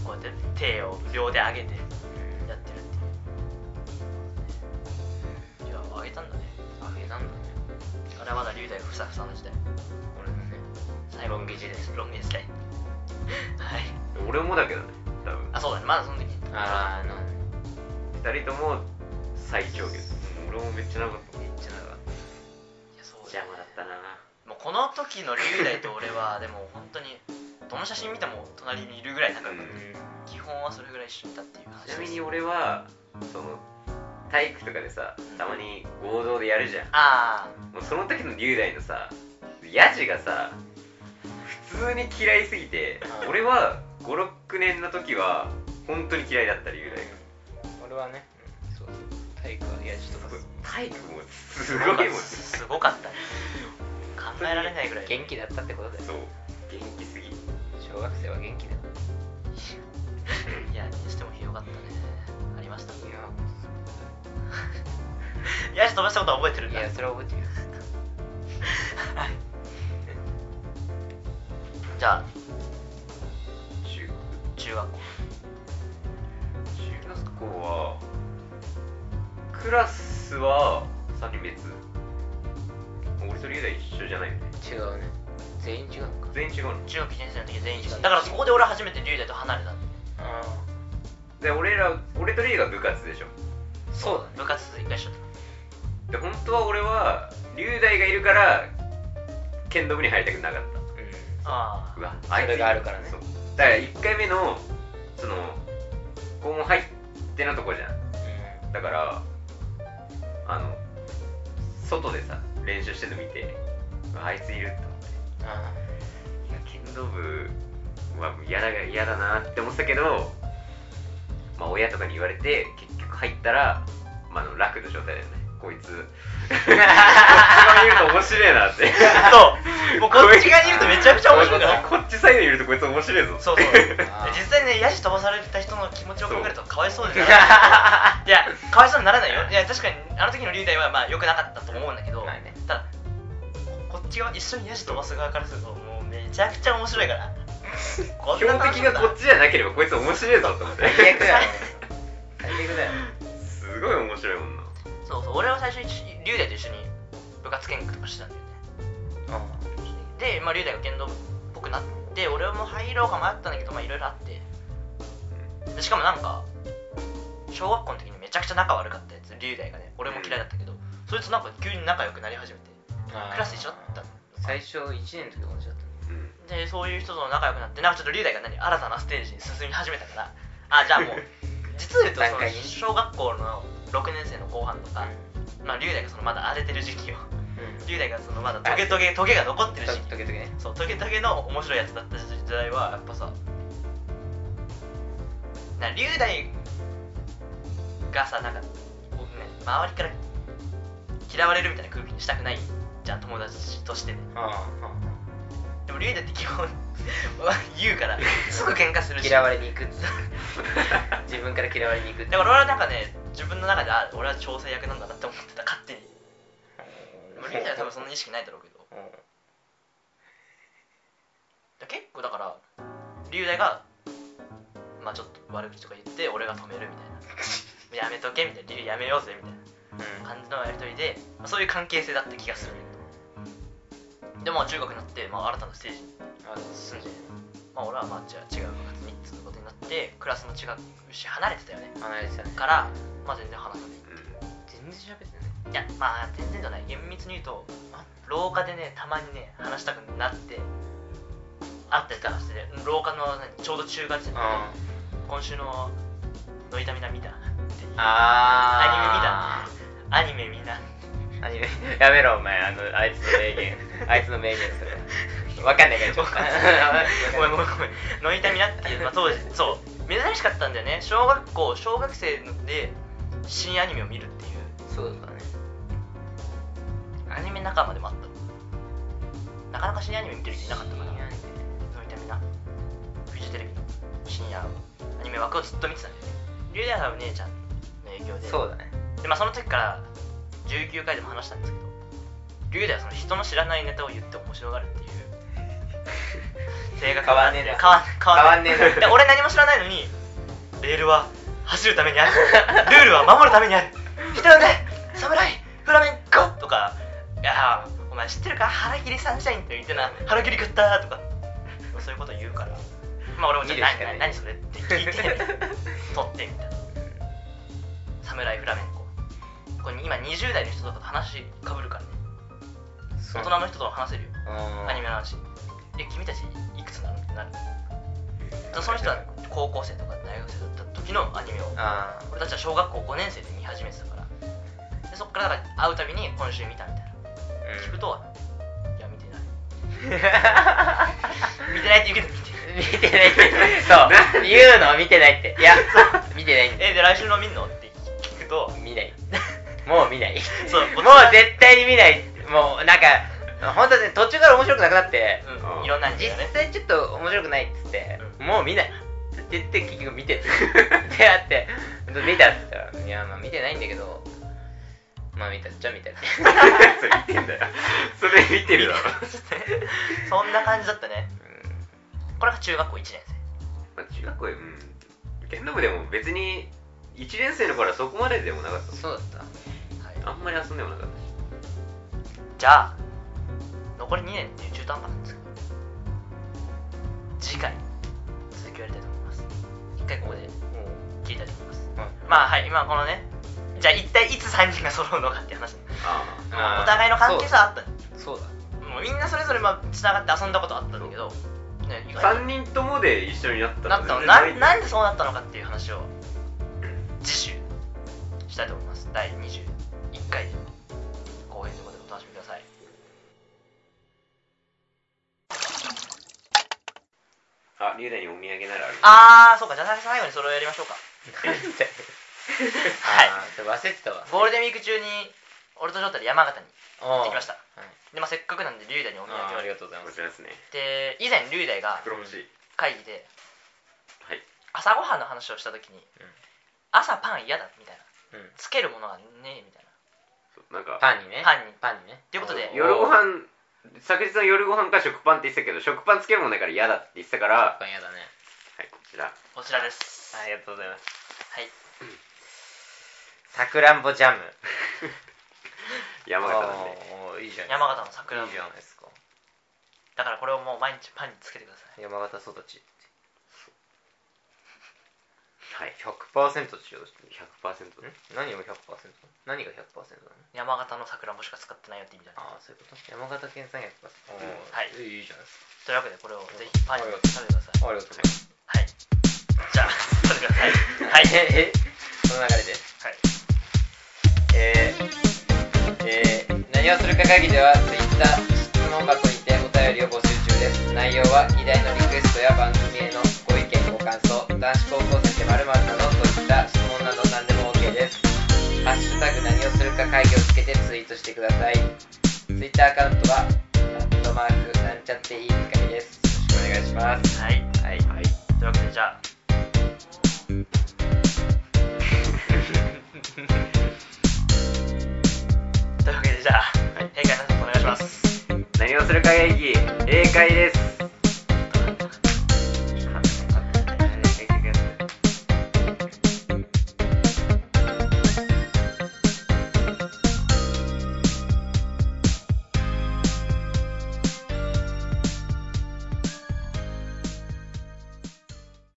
Speaker 2: こうやって手を両手上げてやってるっていういや上げたんだね
Speaker 4: あげたんだね
Speaker 2: あれはまだ龍大がふさふさの時代
Speaker 4: 俺のね
Speaker 2: 最後の時代ですロンゲ時代はい
Speaker 3: 俺もだけどね多分
Speaker 2: あそうだねまだその時
Speaker 4: あーあの
Speaker 3: 二人とも最長級俺もめっちゃ長かった
Speaker 4: めっちゃ長かっ
Speaker 2: いやそうだ
Speaker 3: 邪
Speaker 2: よ
Speaker 3: 魔だ
Speaker 2: ね
Speaker 3: ったな
Speaker 2: もうこの時の龍大と俺はでも本当にどの写真見ても隣にいるぐらい仲良かった
Speaker 3: うん
Speaker 2: 基本本はそれぐらい一緒にいたっていう話
Speaker 3: ち
Speaker 2: です
Speaker 3: なみに俺はその体育とかでさたまに合同でやるじゃん
Speaker 2: あ
Speaker 3: もうその時の龍大のさヤジがさ普通に嫌いすぎて
Speaker 2: うん
Speaker 3: 俺は56年の時は本当に嫌いだった龍大が
Speaker 4: 俺はね、うんそうそう体育はやじとか
Speaker 3: 体育もす
Speaker 2: あ
Speaker 3: ごいもんね
Speaker 2: すごかったね考えられないぐらい
Speaker 4: 元気だったってことだよ
Speaker 3: そう元気すぎ
Speaker 4: 小学生は元気だよ
Speaker 2: いやにしてもひどかったねありました
Speaker 4: い
Speaker 2: ヤジ飛ばしたことは覚えてるんだ
Speaker 4: やいやそれは覚えてるよ
Speaker 2: はいじゃあ
Speaker 3: 中
Speaker 2: 中学校
Speaker 3: 中学校はクラスは3人別俺と龍大一緒じゃないよね
Speaker 4: 違うね全員違うのか
Speaker 3: 全員違うの
Speaker 2: 中学1年生の時全員違うだからそこで俺初めて龍大と離れたんだよ
Speaker 4: ああ
Speaker 3: で俺ら俺と龍が部活でしょ
Speaker 2: *laughs*
Speaker 4: そうだね
Speaker 2: 部活一回一緒だっ
Speaker 3: で本当は俺は龍大がいるから剣道部に入りたくなかった
Speaker 4: う
Speaker 2: たあ
Speaker 3: うわ
Speaker 4: それがあるからね
Speaker 3: そうだから1回目のその校門入ってのとこじゃん
Speaker 4: ん
Speaker 3: だからあの外でさ練習してるの見てうわあいついると思って
Speaker 4: あ
Speaker 3: いや剣道部はもう嫌だが嫌だなって思ってたけどまあ親とかに言われて結局入ったらまああの楽の状態だよねこいつこっち側にいると面白いなって
Speaker 2: あそうもうこっち側にいるとめちゃくちゃ面白いから
Speaker 3: こっちサイドにいるとこいつ面白いぞ
Speaker 2: そうそう
Speaker 4: あー
Speaker 2: 実際ねヤジ飛ばされた人の気持ちを考えるとかわいそうですよ *laughs* いやかわいそうにならないよいや確かにあの時の龍大はまあ良くなかったと思うんだけど、
Speaker 4: まあね
Speaker 2: ただこっち側一緒にヤジ飛ばす側からするともうめちゃくちゃ面白いから
Speaker 3: *laughs*
Speaker 2: こん
Speaker 3: 標
Speaker 2: な楽し
Speaker 3: 的
Speaker 2: みだ
Speaker 3: がこっちじゃなければこいつ面白いぞと思っ
Speaker 4: あ *laughs* 最悪
Speaker 3: て
Speaker 4: だよ最悪だよ
Speaker 3: すごい面白いもんな
Speaker 2: そうそう俺は最初一緒に龍大と一緒に部活見学とかしてたんだよね
Speaker 4: あ
Speaker 2: で、まあ、龍大が剣道部っぽくなって俺も入ろうか迷ったんだけどまあいろいろあってでしかもなんか小学校の時にめちゃくちゃ仲悪かったやつ龍大がね俺も嫌いだったけど、そいつなんか急に仲良くなり始めて
Speaker 4: あ
Speaker 2: クラス一緒だったの
Speaker 4: 最初1年の時同じだったの
Speaker 3: うん
Speaker 2: でそういう人と仲良くなってなんかちょっと龍大が何新たなステージに進み始めたからあじゃあもう実を言うとそ
Speaker 4: 段
Speaker 2: の
Speaker 4: 階に
Speaker 2: 小学校の6年生の後半とか、まあ、龍大がそのまだ荒れてる時期を
Speaker 4: うん
Speaker 2: 龍大がそのまだトゲトゲトゲが残ってる時期
Speaker 4: 時々ね
Speaker 2: そうトゲトゲの面白いやつだった時代はやっぱさな龍大がさなんか、こうね、周りから嫌われるみたいな空気にしたくないじゃん友達としてね
Speaker 4: あああ
Speaker 2: でも龍大って基本 *laughs* 言う
Speaker 4: *laughs*
Speaker 2: からすぐ喧嘩する
Speaker 4: あ
Speaker 2: し
Speaker 4: 嫌われに行く *laughs* 自分から嫌われに行く
Speaker 2: だから俺はなんかね自分の中であ俺は調整役なんだなって思ってた勝手にでも龍大は多分そんな意識ないだろうけど
Speaker 4: うん
Speaker 2: だ結構だから龍大がまあちょっと悪口とか言って俺が止めるみた
Speaker 4: *laughs*
Speaker 2: いなやめとけみたいな龍やめようぜみたいな感じのやりとりで、まあ、そういう関係性だった気がするでも中学になって、まあ、新たなステージに
Speaker 4: あ
Speaker 2: 進んで、まあ、俺はまあじゃあ違う部活にっつうことになってクラスも違うし離れてたよね
Speaker 4: 離れてたね
Speaker 2: から、まあ、全然話さない
Speaker 4: 全然喋って
Speaker 2: いやまあ全然じゃない厳密に言うと廊下でねたまにね話したくなって会ったりとかしてね廊下の何ちょうど中学生の
Speaker 4: ない
Speaker 2: 今週の「のいたみな見た」っていう
Speaker 4: あ
Speaker 2: アニメ見たアニ
Speaker 4: ー
Speaker 2: メ
Speaker 4: アニメやめろお前あのあいつの名言あいつの名言それわかんないからちょっと
Speaker 2: 見なごめんごめんごめん「のいたみな」っていう、まあ、当時そう珍しかったんだよね小学校小学生で新アニメを見るっていう
Speaker 4: そうだね *laughs*
Speaker 2: アニメ仲間でもあったなかなか新アニメ見てる人いなかったから
Speaker 4: 深夜アニ
Speaker 2: の痛みなフジテレビの深夜アニメ枠をずっと見てたんだよね龍大さんお姉ちゃんの影響
Speaker 4: メ
Speaker 2: で
Speaker 4: そうだね
Speaker 2: で、まあ、その時から19回でも話したんですけど龍大はその人の知らないネタを言って面白がるっていう性格があっ
Speaker 4: *laughs*
Speaker 2: て
Speaker 4: 変わんねえな
Speaker 2: 変わ変わんねえ
Speaker 4: 変わんねえな
Speaker 2: で俺何も知らないのにレールは走るためにあるルールは守るためにある人呼んで侍フラメンコとかいやーお前知ってるか腹切りサンシャインって言ってな腹切り食ったとかそういうこと言うからまあ俺もちょっと
Speaker 4: 見るしかな
Speaker 2: 何
Speaker 4: い
Speaker 2: 何それって聞いて撮ってみたいな侍フラメンコこれ今20代の人とかと話かぶるからね大人の人とも話せるよ
Speaker 4: うん
Speaker 2: アニメの話え君たちいくつなのってなるだからその人は高校生とか大学生だった時のアニメを
Speaker 4: あ
Speaker 2: 俺たちは小学校5年生で見始めてたからでそっからだから会うたびに今週見たみたいな
Speaker 4: あ、うん
Speaker 2: 聞くといや見てない見てないって言うけど見てな
Speaker 4: *laughs*
Speaker 2: い
Speaker 4: 見てないって *laughs* そう言うの見てないっていや見てないんだ
Speaker 2: *laughs* えで来週の見んのって聞くと
Speaker 4: 見ないもう見ない
Speaker 2: そう
Speaker 4: もう絶対に見ないもうなんか本当に途中から面白くなくなって、
Speaker 2: うんいろんなアニメ
Speaker 4: 実
Speaker 2: がね
Speaker 4: 際ちょっと面白くないっつって、
Speaker 2: う
Speaker 4: もう見ないって言って結局見ててであってで見たっつったら「いやまあ見てないんだけどまあ見たっちゃ見た」って
Speaker 3: それ見てんだよそれ見てるだろ
Speaker 2: そんな感じだったね
Speaker 4: うん
Speaker 2: これが中学校1年
Speaker 3: まあ中学校へうん剣道部でも別に1年生の頃はそこまででもなかったもん
Speaker 4: そうだっ
Speaker 2: 生、
Speaker 3: あ
Speaker 2: はい、
Speaker 3: んまり遊んでもなかったし
Speaker 2: じゃあ残り2年っていう中途半端なんですけど次回続きをやりたいと思います一回ここで切りたいと思います
Speaker 4: た、
Speaker 2: まあはい今このねじゃあ一体いつ3人が揃うのかって話
Speaker 3: ああ
Speaker 2: お互いの関係性はあったの
Speaker 4: そうだ
Speaker 2: もうみんなそれぞれまあつながって遊んだことあったんだけど、ね、意外
Speaker 3: 3人ともで一緒になった
Speaker 2: と
Speaker 3: の
Speaker 2: なったの
Speaker 3: 全然
Speaker 2: ない
Speaker 3: んだ
Speaker 2: なんでそうなったのかっていう話を次週したいと思います第21回後編ということでお楽しみください
Speaker 3: あ龍大にお土産ならあ
Speaker 2: あ
Speaker 3: る
Speaker 2: ーそうかじゃあ最後にそれをやりましょうか
Speaker 4: なんだよあーそ
Speaker 2: はい
Speaker 4: れ忘れてたわ
Speaker 2: ゴールデンウィーク中に俺と翔太で山形に行
Speaker 4: 行
Speaker 2: ってきました
Speaker 4: はい
Speaker 2: で、まあ、せっかくなんで龍大にお土
Speaker 4: あー
Speaker 2: 産
Speaker 4: あり
Speaker 2: を
Speaker 4: がとうございます
Speaker 3: こちらですね
Speaker 2: で以前龍大が
Speaker 3: 黒星
Speaker 2: 会議で
Speaker 3: はい
Speaker 2: 朝ごはんの話をした時に、
Speaker 4: うん
Speaker 2: 朝パン嫌だみたいな
Speaker 4: うん
Speaker 2: つけるものがねえみたいな
Speaker 3: そうなんか
Speaker 4: パンにね
Speaker 2: パンに
Speaker 4: パンにね
Speaker 2: ということで
Speaker 3: 夜ご飯昨日の夜ご飯か食パンって言ってたけど食パンつけるもんだから嫌だって言ってたからは
Speaker 4: パンやだね
Speaker 3: いこちら
Speaker 2: こちらです
Speaker 4: ありがとうございます
Speaker 2: はい
Speaker 4: さくらんぼジャム
Speaker 3: 山形なんで
Speaker 4: おーいいじゃん
Speaker 2: 山形の桜
Speaker 4: いいじゃないですか
Speaker 2: だからこれをもう毎日パンにつけてください
Speaker 4: 山形育ち
Speaker 3: はい
Speaker 4: 100%使用してる
Speaker 3: 100%ね
Speaker 4: ん何を100%何が100%なの
Speaker 2: 山形の桜もしか使ってないよって意味だね
Speaker 4: ああそういうこと山形県産100%おー
Speaker 2: はい
Speaker 4: いいじゃないです
Speaker 2: というわけでこれをぜひパンに食べてください
Speaker 4: かありがとうございますええ
Speaker 2: はいじゃあ食べてくださいはいはい
Speaker 4: *laughs* この流れでえー、えー、何をするか会議では Twitter 質問箱にてお便りを募集中です内容は議題のリクエストや番組へのご意見ご感想男子高校生まるなどといった質問など何でも OK ですハッシュタグ何をするか会議をつけてツイートしてください Twitter アカウントはアットマークなんちゃっていい機会ですよろしくお願いします
Speaker 2: は
Speaker 4: は
Speaker 2: い
Speaker 4: い
Speaker 3: はい
Speaker 2: というわけでじゃあ *laughs* というわけでじゃあ、閉会の挨拶お願いします
Speaker 3: 何をするか会議 A 会です